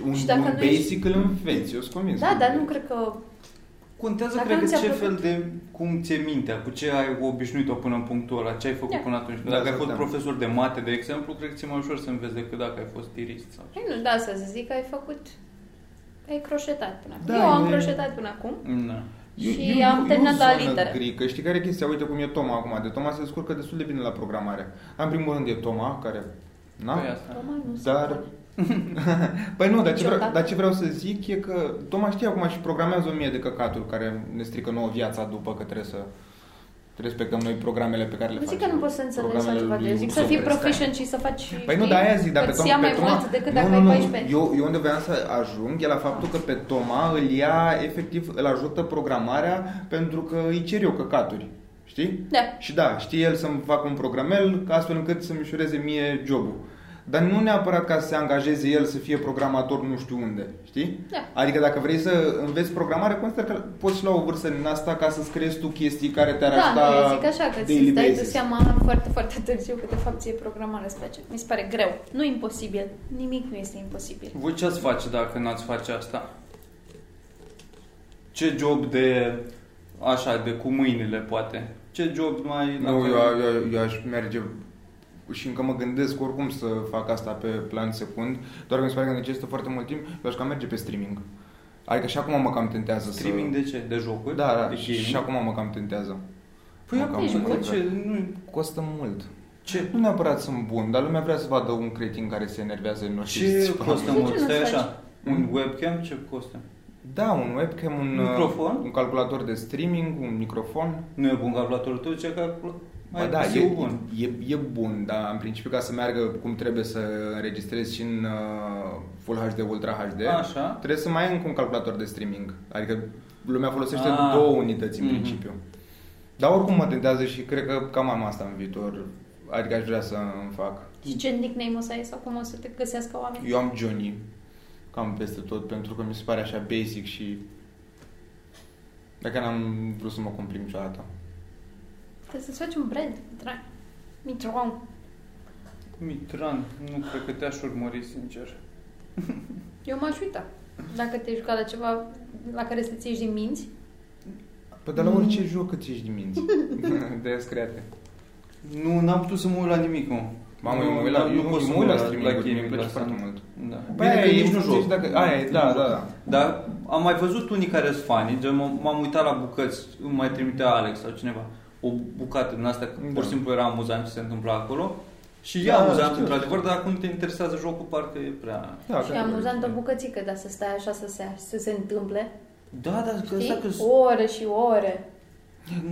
Un, Și dacă un nu basic îl înveți, eu sunt convins. Da, dar nu cred că... Contează, Dacă cred nu că, ți-a ce fel plăcut. de... Cum ți-e mintea, cu ce ai obișnuit-o până în punctul ăla, ce ai făcut Ia. până atunci. Da, Dacă ai să fost vedem. profesor de mate, de exemplu, cred că ți-e mai ușor să înveți decât dacă ai fost tirist. Sau... Păi nu, da, să zic că ai făcut... Ai croșetat până acum. Da, eu am e- croșetat până acum. Na. și am terminat la litere. Grică. Știi care e chestia? Uite cum e Toma acum. De Toma se descurcă destul de bine la programare. În primul rând e Toma, care... Na? Păi asta. Toma nu se Dar... poate. păi nu, dar ce, vreau, Niciodată. dar ce vreau să zic e că Toma știe acum și programează o mie de căcaturi care ne strică nouă viața după că trebuie să respectăm noi programele pe care le Nu facem. zic că nu poți să înțelegi așa Programele ceva de lui zic să Luxor. fii proficient și să faci... Păi nu, dar aia zic, dacă Toma... ia pe mai Toma- mult decât nu, dacă nu, ai nu, 14. Eu, eu unde vreau să ajung e la faptul că pe Toma îl ia, efectiv, îl ajută programarea pentru că îi cer eu căcaturi. Știi? Da. Și da, știe el să-mi facă un programel ca astfel încât să-mi ușureze mie jobul. Dar nu neapărat ca să se angajeze el să fie programator nu știu unde, știi? Da. Adică dacă vrei să înveți programare, consider că poți și la o vârstă din asta ca să-ți creezi tu chestii care te-ar Da, ajuta nu, eu zic așa, că daily ți dai tu basis. seama foarte, foarte târziu că de fapt ție programarea îți place. Mi se pare greu. Nu imposibil. Nimic nu este imposibil. Voi ce ați face dacă n-ați face asta? Ce job de... Așa, de cu mâinile, poate. Ce job mai... Nu, eu, eu, eu aș merge și încă mă gândesc oricum să fac asta pe plan secund, doar că mi se pare că necesită foarte mult timp, eu aș cam merge pe streaming. Adică și acum mă cam tentează Streaming să... de ce? De jocuri? Da, da, de și, și gaming? acum mă cam tentează. Păi mă cam acum, bă, încurcă. ce? Nu, Costă mult. ce? Nu neapărat sunt bun, dar lumea vrea să vadă un cretin care se enervează în Ce De costă ce mult? nu-ți Stai faci? așa. Un webcam ce costă? Da, un webcam, un, Microfon? un calculator de streaming, un microfon. Nu e bun calculatorul tău, ce calculator? Ba Mai da, da, e, e bun. E, e bun, dar în principiu ca să meargă cum trebuie să înregistrezi și în uh, Full HD, Ultra HD, Așa. trebuie să mai ai încă un calculator de streaming. Adică lumea folosește Ah. două unități în Mhm. principiu. Dar oricum mă tentează și cred că cam am asta în viitor. Adică aș vrea să îmi fac. Și ce nickname o să ai sau cum o să te găsească oamenii? Eu am Johnny cam peste tot pentru că mi se pare așa basic și dacă n-am vrut să mă comprim niciodată. Trebuie să-ți faci un brand, Mitran. Mitran. Mitran, nu cred că te-aș urmări, sincer. Eu m-aș uita. Dacă te-ai jucat la ceva la care să ți ieși din minți, Păi de la orice joc că ți-ești din minți. de create. Nu, n-am putut să mă uit la nimic, mă. Mamă, Nu, eu mă uit la, nu eu pot să mă mă uit la uit la streaming mi gaming, îmi place la foarte asta. mult. Da. Păi Bine că e nici nu joc. în funcție Dacă, aia, e, da, da, da. Dar am mai văzut unii care sunt fani, gen m- m-am uitat la bucăți, îmi mai trimitea Alex sau cineva o bucată din asta, că Da. pur și simplu era amuzant ce se întâmpla acolo. Și e Da, amuzant, știu. într-adevăr, dar acum te interesează jocul, parcă e prea... da și e amuzant o bucățică, dar să stai așa să se, să se întâmple, Da, dar că știi? asta că... Ore și ore.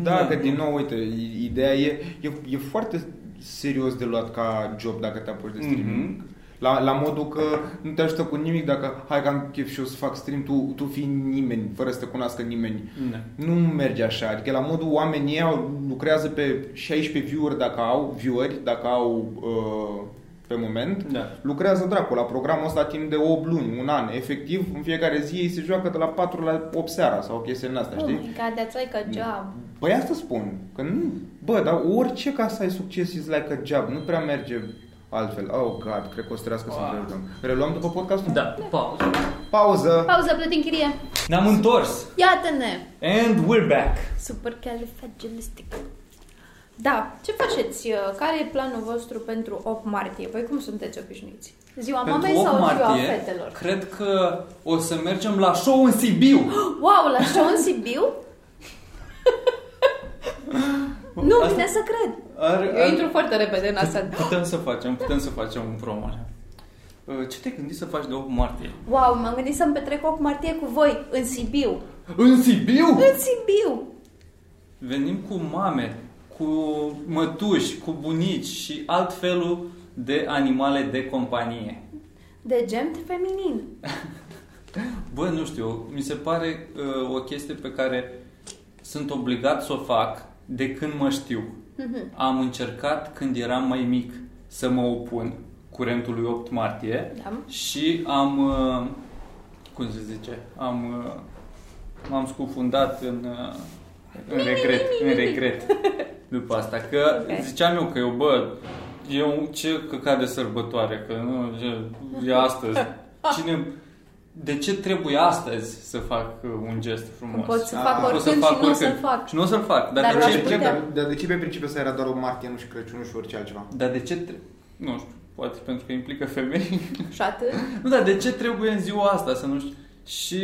Da, că din nou, uite, i- ideea e, e, e foarte serios de luat ca job dacă te apuci de streaming. Mhm. La, la modul că nu te ajută cu nimic dacă hai că am chef și eu să fac stream, tu, tu fii nimeni, fără să te cunoască nimeni. Da. Nu merge așa, adică la modul oamenii ei au- lucrează pe 16 viewer dacă au, vieweri dacă au uh, pe moment. Da. Lucrează dracu la programul ăsta timp de 8 luni, un an, efectiv, în fiecare zi ei se joacă de la 4 la 8 seara sau chestii în astea, Oh știi? my god, that's like a job. Păi asta spun, că nu, bă, dar orice ca să ai succes is like a job, nu prea merge altfel. Oh, God, cred că o să trească să Ah. întrebăm. Reluăm după podcastul? Da, pauză. Pauză! Pauză, plătim chirie. Ne-am întors! Iată-ne! And we're back! Super califragilistic. Da, ce faceți? Care e planul vostru pentru 8 martie? Voi cum sunteți obișnuiți? Ziua mamei Pentru 8 sau martie, ziua fetelor? cred că o să mergem la show în Sibiu! Wow, la show în Sibiu? nu, Asta- vine să cred. Ar, Eu intru foarte repede în asta. Putem să facem, putem să facem un promo. așa. Uh, Ce te gândi să faci de 8 martie? Wow, m-am gândit să-mi petrec 8 martie cu voi în Sibiu. În Sibiu? În Sibiu! Venim cu mame, cu mătuși, cu bunici și alt felul de animale de companie. De gem feminin. Bă, nu știu, mi se pare uh, o chestie pe care sunt obligat să o fac de când mă știu. Am încercat când eram mai mic să mă opun curentului 8 martie Da. și am, uh, cum se zice, am, uh, m-am scufundat în, uh, în regret, în regret după asta. Că Ok. ziceam eu că eu, bă, e un ce căcat de sărbătoare, că nu, e, e astăzi. Cine, de ce trebuie astăzi să fac uh, un gest frumos? Pot să Ah, fac pot Pot să oricând și fac nu o să oricând. fac. Și nu o să-l fac. Dar, Dar de vreau Dar ce de, aș ce, putea. dar, dar de ce pe principiu să era doar 8 martie, nu și Crăciunul și orice altceva? Dar de ce trebuie? Nu știu, poate pentru că implică femei. Și atât. nu, dar de ce trebuie în ziua asta să nu știu? Și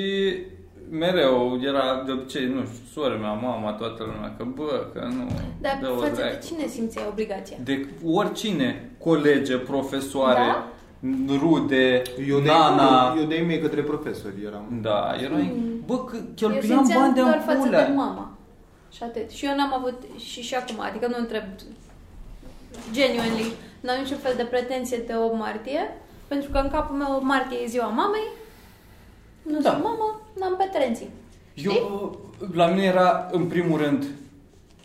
mereu era de obicei, nu știu, sora mea, mama, toată lumea, că bă, că nu... Dar dă-o față de dracu. cine simți obligația? De oricine, colege, profesoare, Da? rude, Eu de, nana... eu de mei către profesori eram. Da, erai... Mm. Bă, că Eu cheltuiam simțeam bani de doar față de ampulea. mama. Și atât. Și eu n-am avut și și acum, adică nu întreb genuinely, n-am niciun fel de pretenție de 8 martie, pentru că în capul meu 8 martie e ziua mamei, nu Da. da. sunt mamă, n-am pretenții. Eu, uh, la mine era, în primul rând,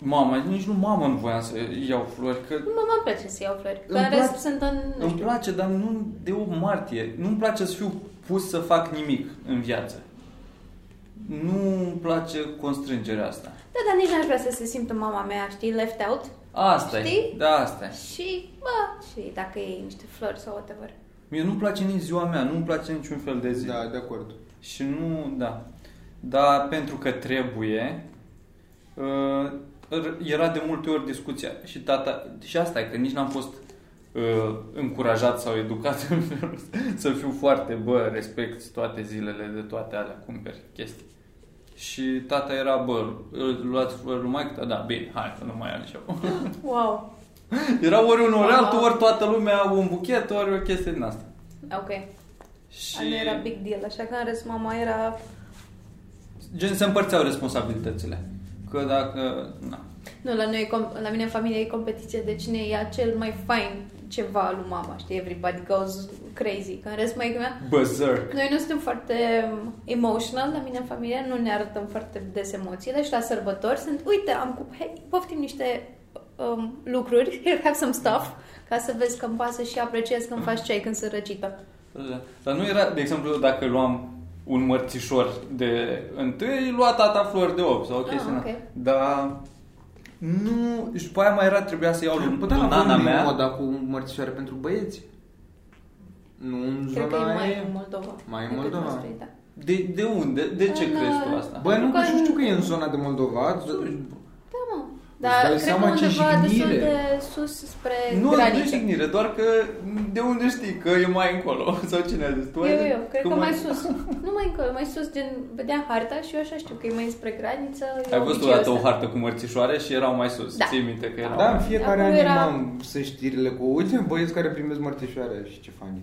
mama. Nici nu mama nu voiam să iau flori, că Nu mă place să iau flori, că Îmi în rest place- sunt în, nu Îmi știu, place, dar nu de 8 martie. Nu-mi place să fiu pus să fac nimic în viață. Nu îmi place constrângerea asta. da, dar nici n-aș vrea să se simtă mama mea, știi, left out. Asta e. Știi? Da, asta e. Și, bă, și dacă e niște flori sau whatever. Mie nu-mi place nici ziua mea, nu-mi place niciun fel de zi. Da, de acord. Și nu, da. Dar pentru că trebuie, ă, uh, r- era de multe ori discuția și tata, și asta e că nici n-am fost uh, încurajat sau educat în felul ăsta. să fiu foarte, bă, respect toate zilele de toate alea, cumperi chestii. Și tata era, bă, îl luați vă numai da, bine, hai că nu mai am și eu. Wow. Era ori unul, ori altul, ori toată lumea un buchet, ori o chestie din asta. Ok. Și Și... Nu era big deal, așa că în rest mama era... gen se împărțeau responsabilitățile. Că dacă, na, Nu, la, noi, e com- la mine în familie e competiție de cine ia cel mai fain ceva lui mama, știi? Everybody goes crazy. Că în rest mai mea berserk. Noi nu suntem foarte um, emotional la mine în familie, nu ne arătăm foarte des emoțiile și la sărbători sunt, uite, am cu... Hei, poftim niște um, lucruri, here have some stuff, ca să vezi că îmi pasă și apreciez când faci ceai când sunt răcită. Dar nu era, de exemplu, dacă luam un mărțișor de întâi, lua tata flori de 8 sau o Ah, chestie. ok. Okay. Dar nu, și după aia mai era, trebuia să iau lui Bă, Bă, da, la nana voi nu e mea. moda cu mărțișoare pentru băieți. Nu în Cred că zona e mai aia. în Moldova. Mai în decât Moldova. noastră, da. De, de unde? De ce În, crezi tu uh, asta? Bă, nu Pentru că că- știu, știu că e în zona de Moldova. Da, mă. Îți Dar dai cred că seama ce undeva destul jignire. de sus spre nu, nu e graniță. jignire, doar că de unde știi că e mai încolo? Sau cine a zis? Tu Eu, ai zis eu, cred că, mai- mai sus. Nu mai încolo, mai sus, gen, vedeam harta și eu așa știu că e mai spre graniță. e Ai văzut obiceiul odată o ăsta. hartă cu mărțișoare și erau mai sus. Da. Ții minte că erau Da, mai în sus. fiecare Acum an era- am să știrile cu uite băieți care primesc mărțișoare și ce fani.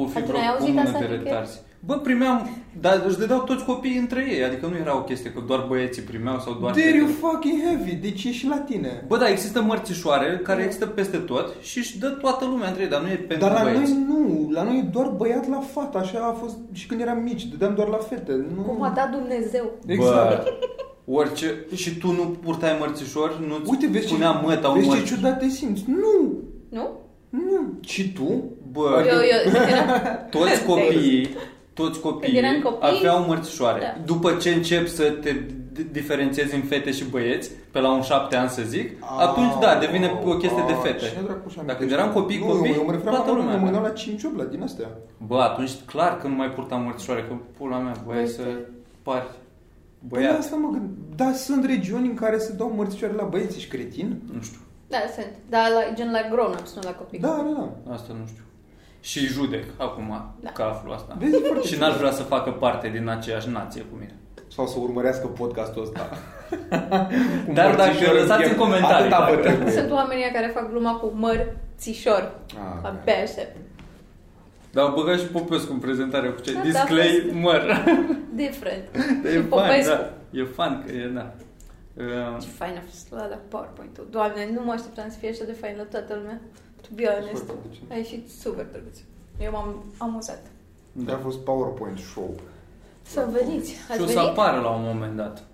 O fi Atunci vreo ai auzit comună asta, de adică? retarzi. Bă, primeam, dar își dădeau toți copiii între ei, adică nu era o chestie că doar băieții primeau sau doar There you fetele. fucking heavy, deci e și la tine. Bă, da, există mărțișoare care există peste tot și își dă toată lumea între ei, dar nu e pentru Da. Dar la băieți. noi nu, la noi e doar băiat la fată, așa a fost și când eram mici, dădeam doar la fete. Nu... Cum a dat Dumnezeu. Exact. Bă, orice, și tu nu purtai mărțișor, nu Uite, vezi ce, punea măta un vezi ce mărțiș. ciudat te simți. Nu, Nu? nu. Și tu? Bă, Eu, eu, da. era, toți copiii, toți eram copiii copii, aveau mărțișoare. da. După ce încep să te d- diferențiezi în fete și băieți, pe la un șapte ani să zic, atunci da, devine o chestie de Cine fete. dracu și-a Dacă amintește? eram copii, nu, copii, eu mă referam toată la lumea da. lumea. Mă avea. gândeam la 5 la din astea. Păi Bă, atunci clar că nu mai purtam mărțișoare, că pula mea, băi, să pari Băi, băiat. asta mă gând... Da, sunt regiuni în care se dau mărțișoare la băieți, ești cretin? Nu știu, da, sunt. Dar la, gen la grown-ups, nu la copii. Da, da, da. asta nu știu. Și judec acum Da. că aflu asta. Vezi, e foarte Și n-aș ciudat. vrea să facă parte din aceeași nație cu mine. Sau să urmărească podcastul ăsta. Cu Dar dacă- mărțișoare lăsați piept. în comentarii da. Atâta vă dacă- trebuie. Sunt oamenii care fac gluma cu măr țișor. Ah, da. Abia aștept. Dar au băgat și Popescu în prezentare cu ce? Da, da, Disclaimer. Different. Da, Și e fan, Popescu. da. E fan că e, da. Uh, Ce fain a fost la, la PowerPoint-ul. Doamne, nu mă așteptam să fie așa de fain la toată lumea. To be honest. Foarte decent. A ieșit super drăguț. Eu m-am amuzat. A fost PowerPoint show. Să veniți. și Ați o să venit? apară la un moment dat.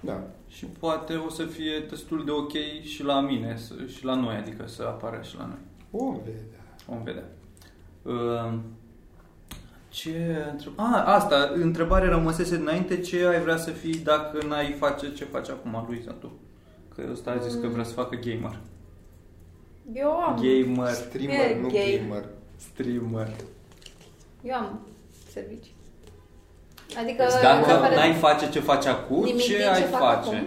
Da. Și poate o să fie destul de ok și la mine să- și la noi, adică să apară și la noi. O, vedea. Vom vedea. Uh, ce întreb... Ah, asta, întrebare rămăsese înainte, ce ai vrea să fii dacă n-ai face ce faci acum, Luiza, tu? Că ăsta a zis că vrea să Mm. facă gamer. Eu am, Gamer, Streamer, E nu gay. gamer. streamer. eu am servicii. Adică... Deci în afară dacă de- n-ai face ce faci acum, Nimic din ce ce ai fac face? acum.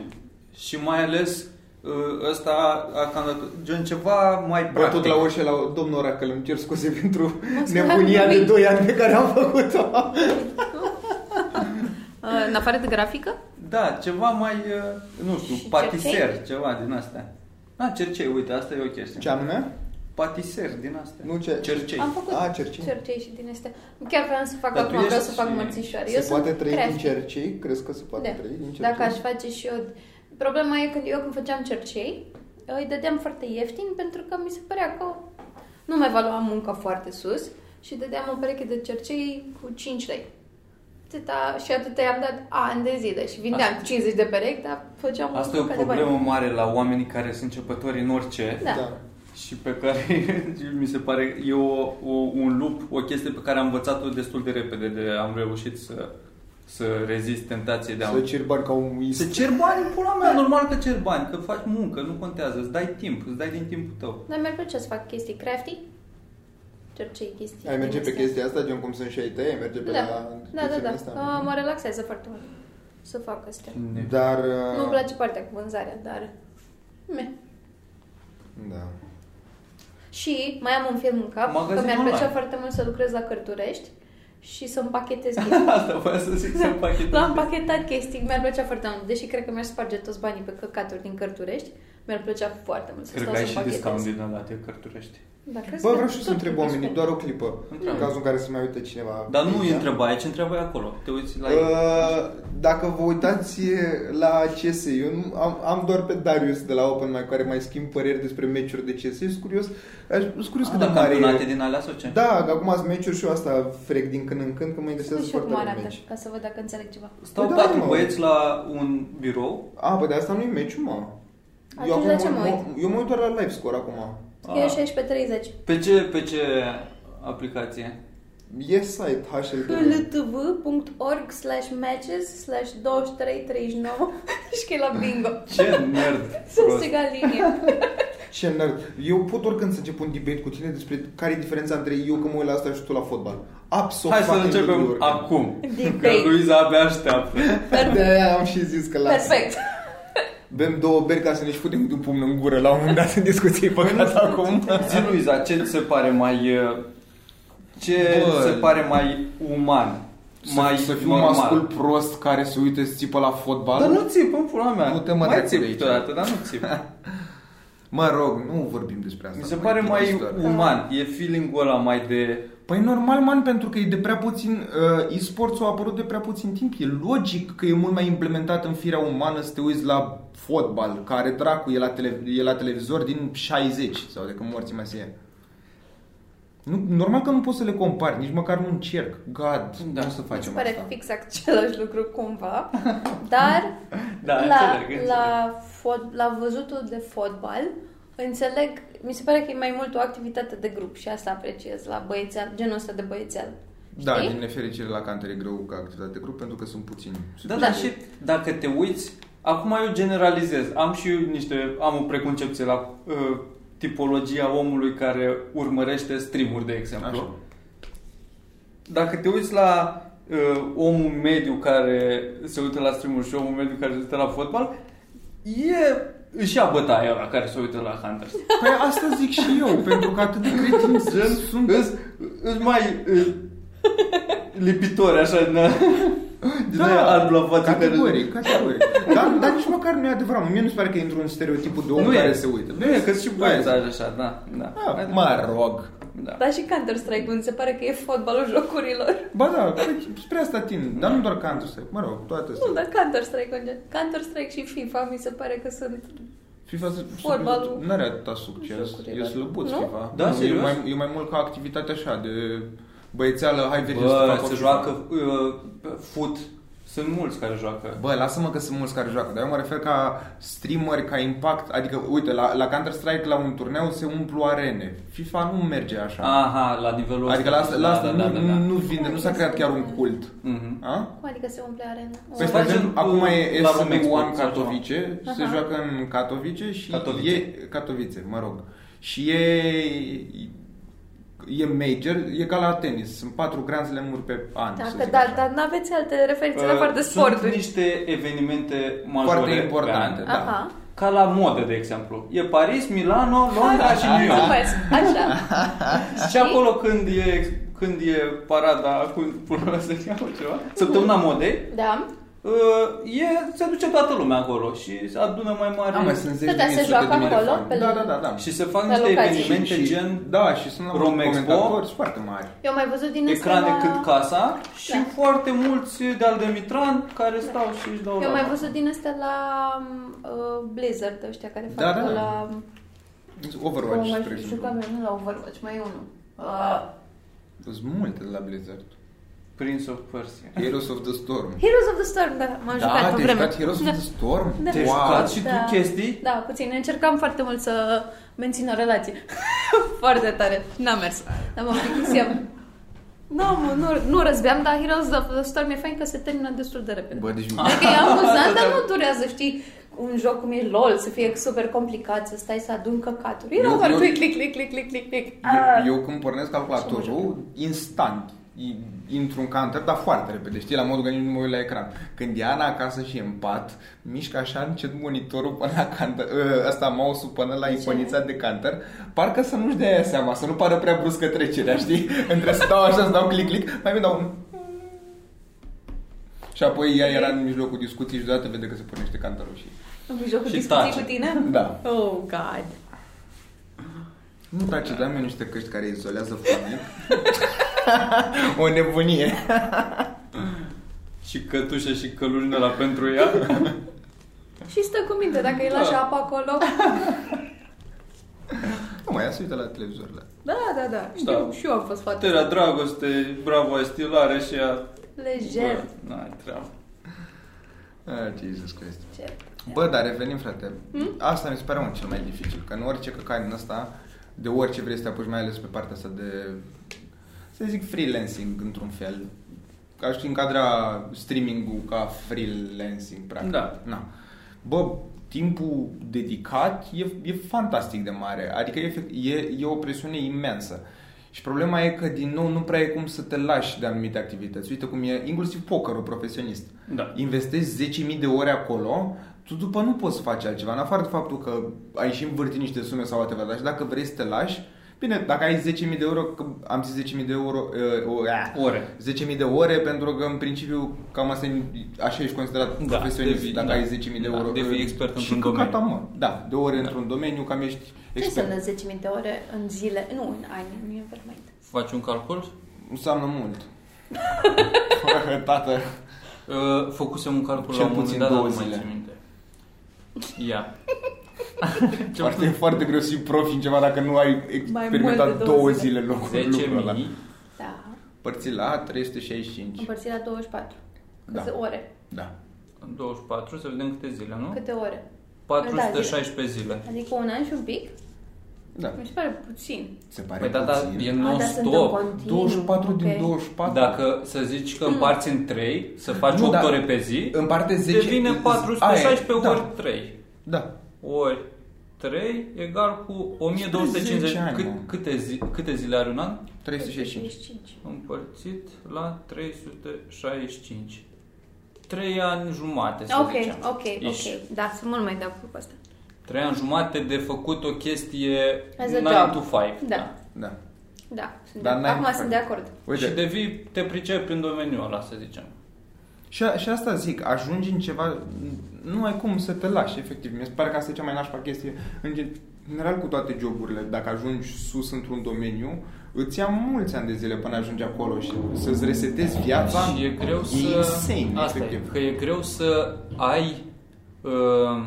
Și mai ales ă, ăsta a candidat gen ceva mai Bă, practic. tot la orice, la domnul Oracăl, îmi cer scuze pentru Mă scuzați, nebunia de domnule. 2 ani pe care am făcut-o. Uh, În afară de grafică? Da, ceva mai, ă, nu știu, Și patiser, cercei? ceva din astea. A, cercei, uite, asta e o chestie. Ce anume? Patiser din astea. Nu ce... Cercei. Am făcut A, cercei. cercei și din astea. Chiar vreau să fac Dar tu acum, vreau ești să fac și- mărțișoare. Eu Se sunt poate trăi din creativă. cercei? Crezi că se poate Da. trăi din cercei? Dacă aș face și eu... Problema e că eu când făceam cercei, îi dădeam foarte ieftin pentru că mi se părea că nu mai valua munca foarte sus și dădeam o pereche de cercei cu 5 lei. Atâta, și atâta i-am dat ani de zile și vindeam Asta- 50 de perechi, dar făceam Asta e o bucată de bani. problemă mare la oamenii care sunt începători în orice Da. Da. și pe care mi se pare e o, o, un lup, o chestie pe care am învățat-o destul de repede, de am reușit să, să rezist tentației de a Da. Să ceri bani ca un is. Să cer bani, pula mea, normal că cer bani, că faci muncă, nu contează, Da, îți dai timp, îți dai din timpul tău. Dar mi-ar plăcea să fac chestii crafty, cercei chestii. Ai merge din pe astea. chestia asta, gen cum sunt și ai tăi, ai merge pe Da, la... da, da, chestiile da. astea? A, mă relaxează foarte mult să fac astea. Dar... uh, Nu-mi place partea cu vânzarea, dar... Me. Da. Și mai am un film în cap, Magazin că mi-ar online. plăcea foarte mult să lucrez la Cărturești și să împachetez chestii. Asta voiam să zic Da. să împachetez. L-am pachetat chestii, mi-ar plăcea foarte mult, deși cred că mi-aș sparge toți banii pe căcaturi din Cărturești, mi-ar plăcea foarte mult să Cred stau că ai să și împachetez. discount din ăla de cărturești. Da, crezi Bă, că vreau și să tot întreb trebuie oamenii, să- doar o clipă, în Întreabă. cazul în care se mai uită cineva. Da. Dar nu Da. Aici. e întrebare, ce întrebai acolo? Te uiți la el. Uh, dacă vă uitați la CS, eu nu, am, am doar pe Darius de la Open mai care mai schimb păreri despre meciuri de CS, sunt curios, aș, sunt curios cât de da, mare campionate e. din alea sau ce? Da, că acum sunt meciuri și eu asta frec din când în când, că mă Să interesează văd și eu foarte cum mult arată, meci. ca să văd dacă înțeleg ceva. Stau Păi da, patru mă. băieți la un birou. A, păi de asta nu e meciul, mă. Atunci la ce mă, mă uit? mă- eu mă uit doar la live score acum. A, E 16 pe 30. Pe ce, pe ce aplicație? Yes, site, HLTV. hltv.org slash matches slash 2339 și că e la bingo. Ce nerd Să prost. striga linie. Ce nerd. Eu pot oricând să încep un debate cu tine despre care e diferența între eu că mă uit la asta și tu la fotbal. Absolut. Hai să fucking începem oricând. acum. Că Debate. Luiza abia așteaptă. De-aia am și zis că las. Perfect. Bem două beri ca să ne-și putem un pumn în gură la un moment dat în discuții Păi păcat acum. Zi, Luiza, ce ți se pare mai... uh, Ce Bă. se pare mai uman? mai Mai să fiu normal? mascul prost care se uită și țipă la fotbal. Dar nu țip, în pula mea. Du-te, mă, mai dracu, de țip aici. câteodată, dar nu țip. Mă rog, nu vorbim despre asta. Mi se Mai pare e mai istorie. uman. E feeling-ul ăla mai de... Păi normal, man, pentru că e de prea puțin... Uh, e-sports a apărut de prea puțin timp. E logic că e mult mai implementat în firea umană să te uiți la fotbal, care dracu e la, tele- e la televizor din 60 sau de când morții mai se ia. Nu, normal că nu poți să le compari, nici măcar nu încerc. God, Da. nu o să Mi se facem pare asta. fix același lucru cumva, dar Da, la, înțeleg, înțeleg. la, fo- la văzutul de fotbal înțeleg, mi se pare că e mai mult o activitate de grup și asta apreciez la băiețeal, genul ăsta de băiețeal. Da, Știi? din nefericire la canter e greu ca activitate de grup pentru că sunt puțini. Da, da, și dacă te uiți, acum eu generalizez, am și eu niște, am o preconcepție la uh, tipologia omului care urmărește streamuri, de exemplu. Așa. Dacă te uiți la uh, omul mediu care se uită la streamuri și omul mediu care se uită la fotbal, e își ia bătaia ăla care se uită la Hunters. Păi asta zic și eu, pentru că atât de cretini sunt, sunt Îs, îs mai uh, lipitori așa din din Da. aia alb la față care- categoric, categoric. Dar, dar nici măcar nu e adevărat. Mie nu se pare că intru în stereotipul de om Nu care e. se uită. Nu e, că și Da, băieți e. așa, da, da. Ah, mă rog. da. Dar și Counter-Strike, mi se pare că e fotbalul jocurilor. Ba da, păi, spre asta tind, dar nu doar cantul ăsta, mă rog, toate Nu, astea. dar Counter-Strike, în gen- Counter-Strike și FIFA mi se pare că sunt FIFA se- Fotbalul. nu are atâta succes, Jocurile. e slăbuț Nu? FIFA. Da, Nu, e, serios? mai, e mai mult ca activitate așa, de băiețeală, hai virgin să Bă, fac o se FIFA. joacă uh, fut. Sunt mulți care joacă. Bă, lasă-mă că sunt mulți care joacă, dar eu mă refer ca streameri, ca impact, adică, uite, la, la Counter-Strike, la un turneu se umplu arene. FIFA nu merge așa. Aha, la nivelul Da. Adică la ăsta. asta, la asta Ah, da, da, da, nu, da, da. nu vinde, nu s-a creat chiar un cult. Mhm. A? Cum adică se umple arena? O- Păi, Se spre face exemplu, în- acum uh, e la SB1 Romexpo, sau Katowice, se Aha. joacă în Katowice și Katowice. e Katowice, mă rog. Și e e major, e ca la tenis, sunt patru Grand Slam-uri pe an, să Dacă, zic da, așa. dar nu aveți alte referințe în afară de Uh, sporturi. Sunt niște evenimente majore. Foarte pe importante, an. da. Aha. Ca la modă, de exemplu. E Paris, Milano, Da, Londra și New York. Mulțumesc. Păi, Așa. Și acolo când e, când e parada, cum până se cheamă ceva, săptămâna modei, Da. uh, e, se duce toată lumea acolo și se adună mai mari. Da, mă, sunt zeci Da, de da, mii, se sute de joacă mii de acolo, fani. pe Da, da, lângă- da, da. și se fac La niște locații. evenimente gen Da, și sunt la mulți Romexpo. comentatori foarte mari. Eu am mai văzut din ăsta ecrane la... cât casa și Da. foarte mulți de al de Mitran care stau și își dau Eu am la mai văzut din astea la uh, Blizzard, ăștia care fac Da, da, da. la... Overwatch, spre nu știu exemplu. cum e, nu la Overwatch, mai e unul. Uh, Sunt multe de la Blizzard. Prince of Persia. Heroes of the Storm. Heroes of the Storm, da, m-am Da, jucat o te-ai vreme. jucat Heroes of the Storm? Da. Te-ai Wow. jucat și Da. tu chestii? Da, puțin. Încercam foarte mult să mențin o relație. foarte tare. N-a mers. Dar mă plictiseam. Nu, mă, nu, nu răzbeam, dar Heroes of the Storm e fain că se termină destul de repede. Bă, deci Adică e amuzant, dar nu durează, știi, un joc cum e LOL, să fie super complicat, să stai să adun căcaturi. Era Eu- doar eu- Ah, click, click, click, click, click, click, click. eu, eu când pornesc Ce mă calculatorul, instant i- intru în counter, dar foarte repede, știi, la modul că nici nu mă uit la ecran. Când e Ana acasă și e în pat, mișcă așa încet monitorul până la counter, ă, ăsta mouse-ul până la iconița de counter, parcă să nu-și dea ea seama, să nu pară prea bruscă trecerea, știi? Între să dau așa, să dau click-click, mai bine dau un... Și apoi ea era în mijlocul discuției și deodată vede că se pornește cantarul și... În mijlocul Și discuției tace. cu tine? Da. Oh, God. Nu place, dar am eu niște căști care izolează fonic. o nebunie. Și cătușe și căluși de la pentru ea. Și stă cu minte, dacă îi lași Da. apă acolo... Nu mai ia să uită la televizor. La... Da, da, da. Da. Eu, și eu am fost foarte... Puterea dragoste, bravo, stilare și ea. Lejer. Bă, N-ai treabă. Ah, Jesus Christ. Ce? Bă, dar revenim, frate. Asta mi se pare un cel mai dificil, că în orice căcan în ăsta, de orice vrei să te apuci, mai ales pe partea asta de, să zic, freelancing, într-un fel. Că aș încadra streaming-ul ca freelancing, practic. Da. Na. Bă, timpul dedicat e, e fantastic de mare. Adică e, efect- e, e o presiune imensă. Și problema e că, din nou, nu prea e cum să te lași de anumite activități. Uite cum e inclusiv pokerul profesionist Da. investezi 10.000 de ore acolo, tu după nu poți face altceva, în afară de faptul că ai și învârtit niște sume sau whatever, dar și dacă vrei să te lași, bine, dacă ai 10.000 de euro, că am zis 10.000 de euro, uh, o, uh, Ore. 10.000 de ore, pentru că în principiu cam asta e, așa ești considerat Da, profesionist, devii- dacă da. ai 10.000 de Da, euro. devii expert și într-un căcata, domeniu. Mă. Da, de ore într-un domeniu, cam ești Ce expert. înseamnă 10.000 de ore în zile? Nu, în ani, nu e mai Faci un calcul? Înseamnă mult. Tată. Uh, făcusem un calcul Cel la un puțin moment dat, dar două nu mai zile. țin minte. Ia. Ce Foarte, foarte greu să fii profi în ceva dacă nu ai mult experimentat de două, două două zile. zile locul 10.000 ăla. 10.000 Da. Părți la 365. Împărțit la 24. Da. Câte ore? Da. în 24, să vedem câte zile, nu? Câte ore? 416 zile. Adică un an și un pic? Da. Mi se pare puțin. Se pare Păi da, da, puțin. e Ah, dar sunt în non-stop. continuu. 24 okay. din Ok. 24. Dacă să zici că împarți în 3, să faci Nu, 8 da. ore pe zi, în parte 10 devine aia e, 416 da, ori 3. Da. Ori 3 egal cu Zece 1250. ani, Cât, mă. câte, zi, câte zile are un an? 365. 35. Împărțit la 365. 3 ani jumate, să Ok, zicem. ok, Ish. ok. Da, sunt mult mai de acord cu asta. Trei ani jumate de făcut o chestie As a 9 job. to 5. Da. Da. Da, sunt Dar de... n-ai acum făcut. sunt de acord. Uite, Și devii, te pricepi în domeniul ăla, să zicem. și, a- și asta zic, ajungi în ceva, nu ai cum să te lași, efectiv. Mi se pare că asta e cea mai nașpa chestie. În gen- general, cu toate joburile, dacă ajungi sus într-un domeniu, îți ia mulți ani de zile până ajungi acolo și să-ți resetezi viața. Și e greu e să... insane, Asta e, efectiv. că e greu să ai uh,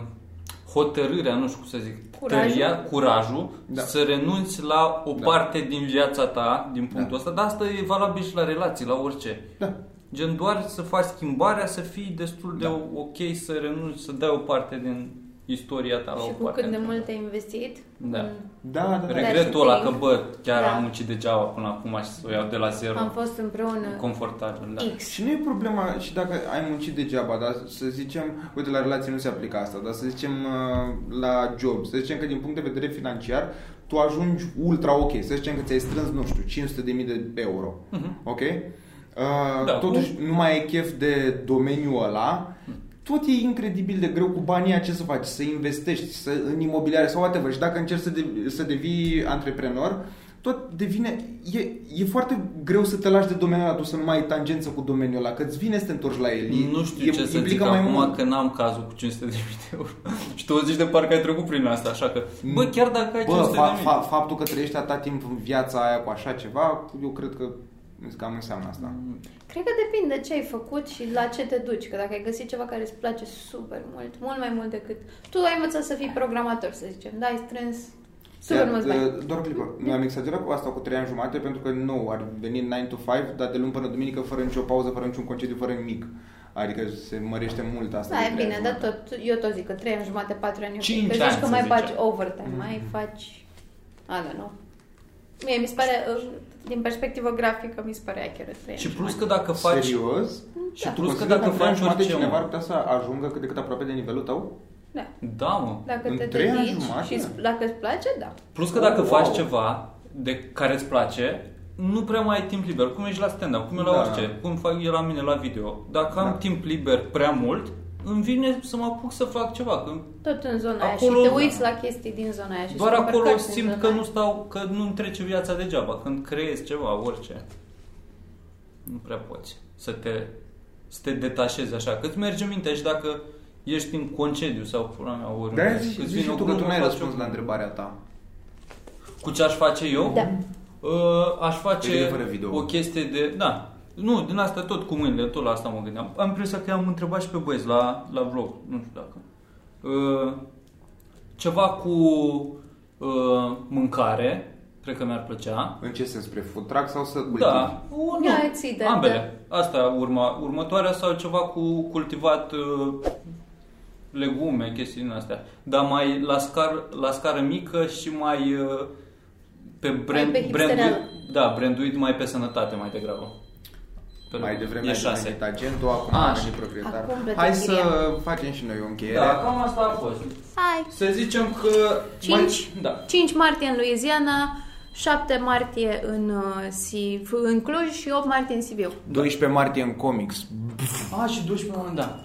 hotărârea, nu știu cum să zic, Curajul. curajul Da. să renunți la o Da. parte din viața ta, din punctul Da. ăsta, dar asta e valabil și la relații, la orice. Da. Gen doar să faci schimbarea, să fii destul de Da. ok să renunți, să dai o parte din istoria ta la o Și cu parte. cât de mult ai investit. mm, Da. în- Da, da, da. Regretul ăla că, bă, chiar Da. am muncit degeaba până acum și să o iau de la zero. Am fost împreună Confortabil, da. X. Și nu e problema și dacă ai muncit degeaba, dar să zicem, uite, la relații nu se aplică asta, dar să zicem uh, la job, să zicem că din punct de vedere financiar, tu ajungi ultra ok, să zicem că ți-ai strâns, nu știu, 500.000 de euro, Mhm. ok? Uh, Da. Totuși, nu mai e chef de domeniul ăla, tot e incredibil de greu cu banii aia ce să faci, să investești să, în imobiliare sau whatever. Și dacă încerci să, de, să devii antreprenor, tot devine, e, e foarte greu să te lași de domeniul ăla, tu să nu mai ai tangență cu domeniul ăla, că îți vine să te întorci la el. E- Nu știu ce să zic implică acum că n-am cazul cu 500.000 de euro. și tu o zici de parcă ai trecut prin asta, așa că... Bă, chiar dacă ai 500.000... Mm. Bă, fa, fa, faptul că trăiești atâta timp în viața aia cu așa ceva, eu cred că cam înseamnă asta. Cred că depinde ce ai făcut și la ce te duci. Că dacă ai găsit ceva care îți place super mult, mult mai mult decât... Tu ai învățat să fii programator, să zicem. Da, ai strâns super Iar, mult bani. uh, Doar o clipă. Noi am exagerat cu asta cu 3 ani jumate pentru că nu, ar veni 9 to 5, dar de luni până duminică, fără nicio pauză, fără niciun concediu, fără nimic. Adică se mărește mult asta. Da, de e trei bine, ani dar jumate. tot, eu tot zic că 3 ani jumate, 4 ani, Cinci că ani, zici că să mai zicem. Mm-hmm. faci overtime, mai faci, I don't know. Mie mi se pare, uh, din perspectivă grafică, mi se pare accurate 3 Și plus că dacă faci... Serios? Și Da. plus că Consider dacă în trei ani faci jumate orice... cineva ar mă. putea să ajungă cât de cât aproape de nivelul tău? Da. Da, mă. Dacă În te trei ani dedici jumate? și îți- dacă îți place, da. Plus că dacă Oh, faci wow. ceva de care îți place, nu prea mai ai timp liber. Cum ești la stand-up, cum e la Da. orice, cum fac eu la mine la video. Dacă am Da. timp liber prea mult, îmi vine să mă apuc să fac ceva. Că Tot în zona aia Acolo- da. și te uiți la chestii din zona aia și doar sunt acolo încărcați în simt zona că aia. nu stau, că nu îmi trece viața degeaba. Când creezi ceva, orice, nu prea poți să te, să te detașezi așa. Că îți merge mintea și dacă ești în concediu sau pula mea oriunde. De-aia Da, zici, îți zici vine și o tu că tu glumă, n-ai faci o răspuns la glumă. întrebarea ta. Cu ce aș face eu? Da. Uh, aș Pe face fără video. o chestie de... Da. Nu, din asta tot cu mâinile, tot la asta mă gândeam. Am impresia că am întrebat și pe băieți la, la vlog, nu știu dacă. Uh, ceva cu uh, mâncare, cred că mi-ar plăcea. În ce sens? Spre food truck sau să cultivi? Da, o, nu, Da, ți da, ambele. Asta urma, următoarea sau ceva cu cultivat uh, legume, chestii din astea. Dar mai la, scar, la scară mică și mai uh, pe, brand, pe hipstereală. branduit, da, branduit mai pe sănătate mai degrabă. Mai devreme e ai șase. devenit agentul, acum A, ai și- devenit proprietar. Acum vedeți Hai să chiria. facem și noi o încheiere. Da, cam asta a fost. Hai! Să zicem că... Cinci. Mai, da. 5 martie în Louisiana, 7 martie în, uh, Siv, în Cluj și 8 martie în Sibiu. 12 martie în comics. A, și 12 oameni, da.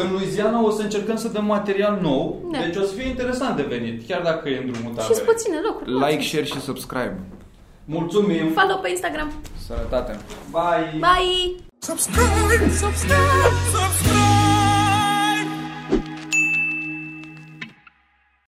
În Louisiana o să încercăm să dăm material nou, Da. deci o să fie interesant de venit, chiar dacă e în drumul Și taberei. sunt puține locuri. Like, share și subscribe. Mulțumim! Follow pe Instagram. Sănătate! Bye! Bye! Subscribe, subscribe, subscribe.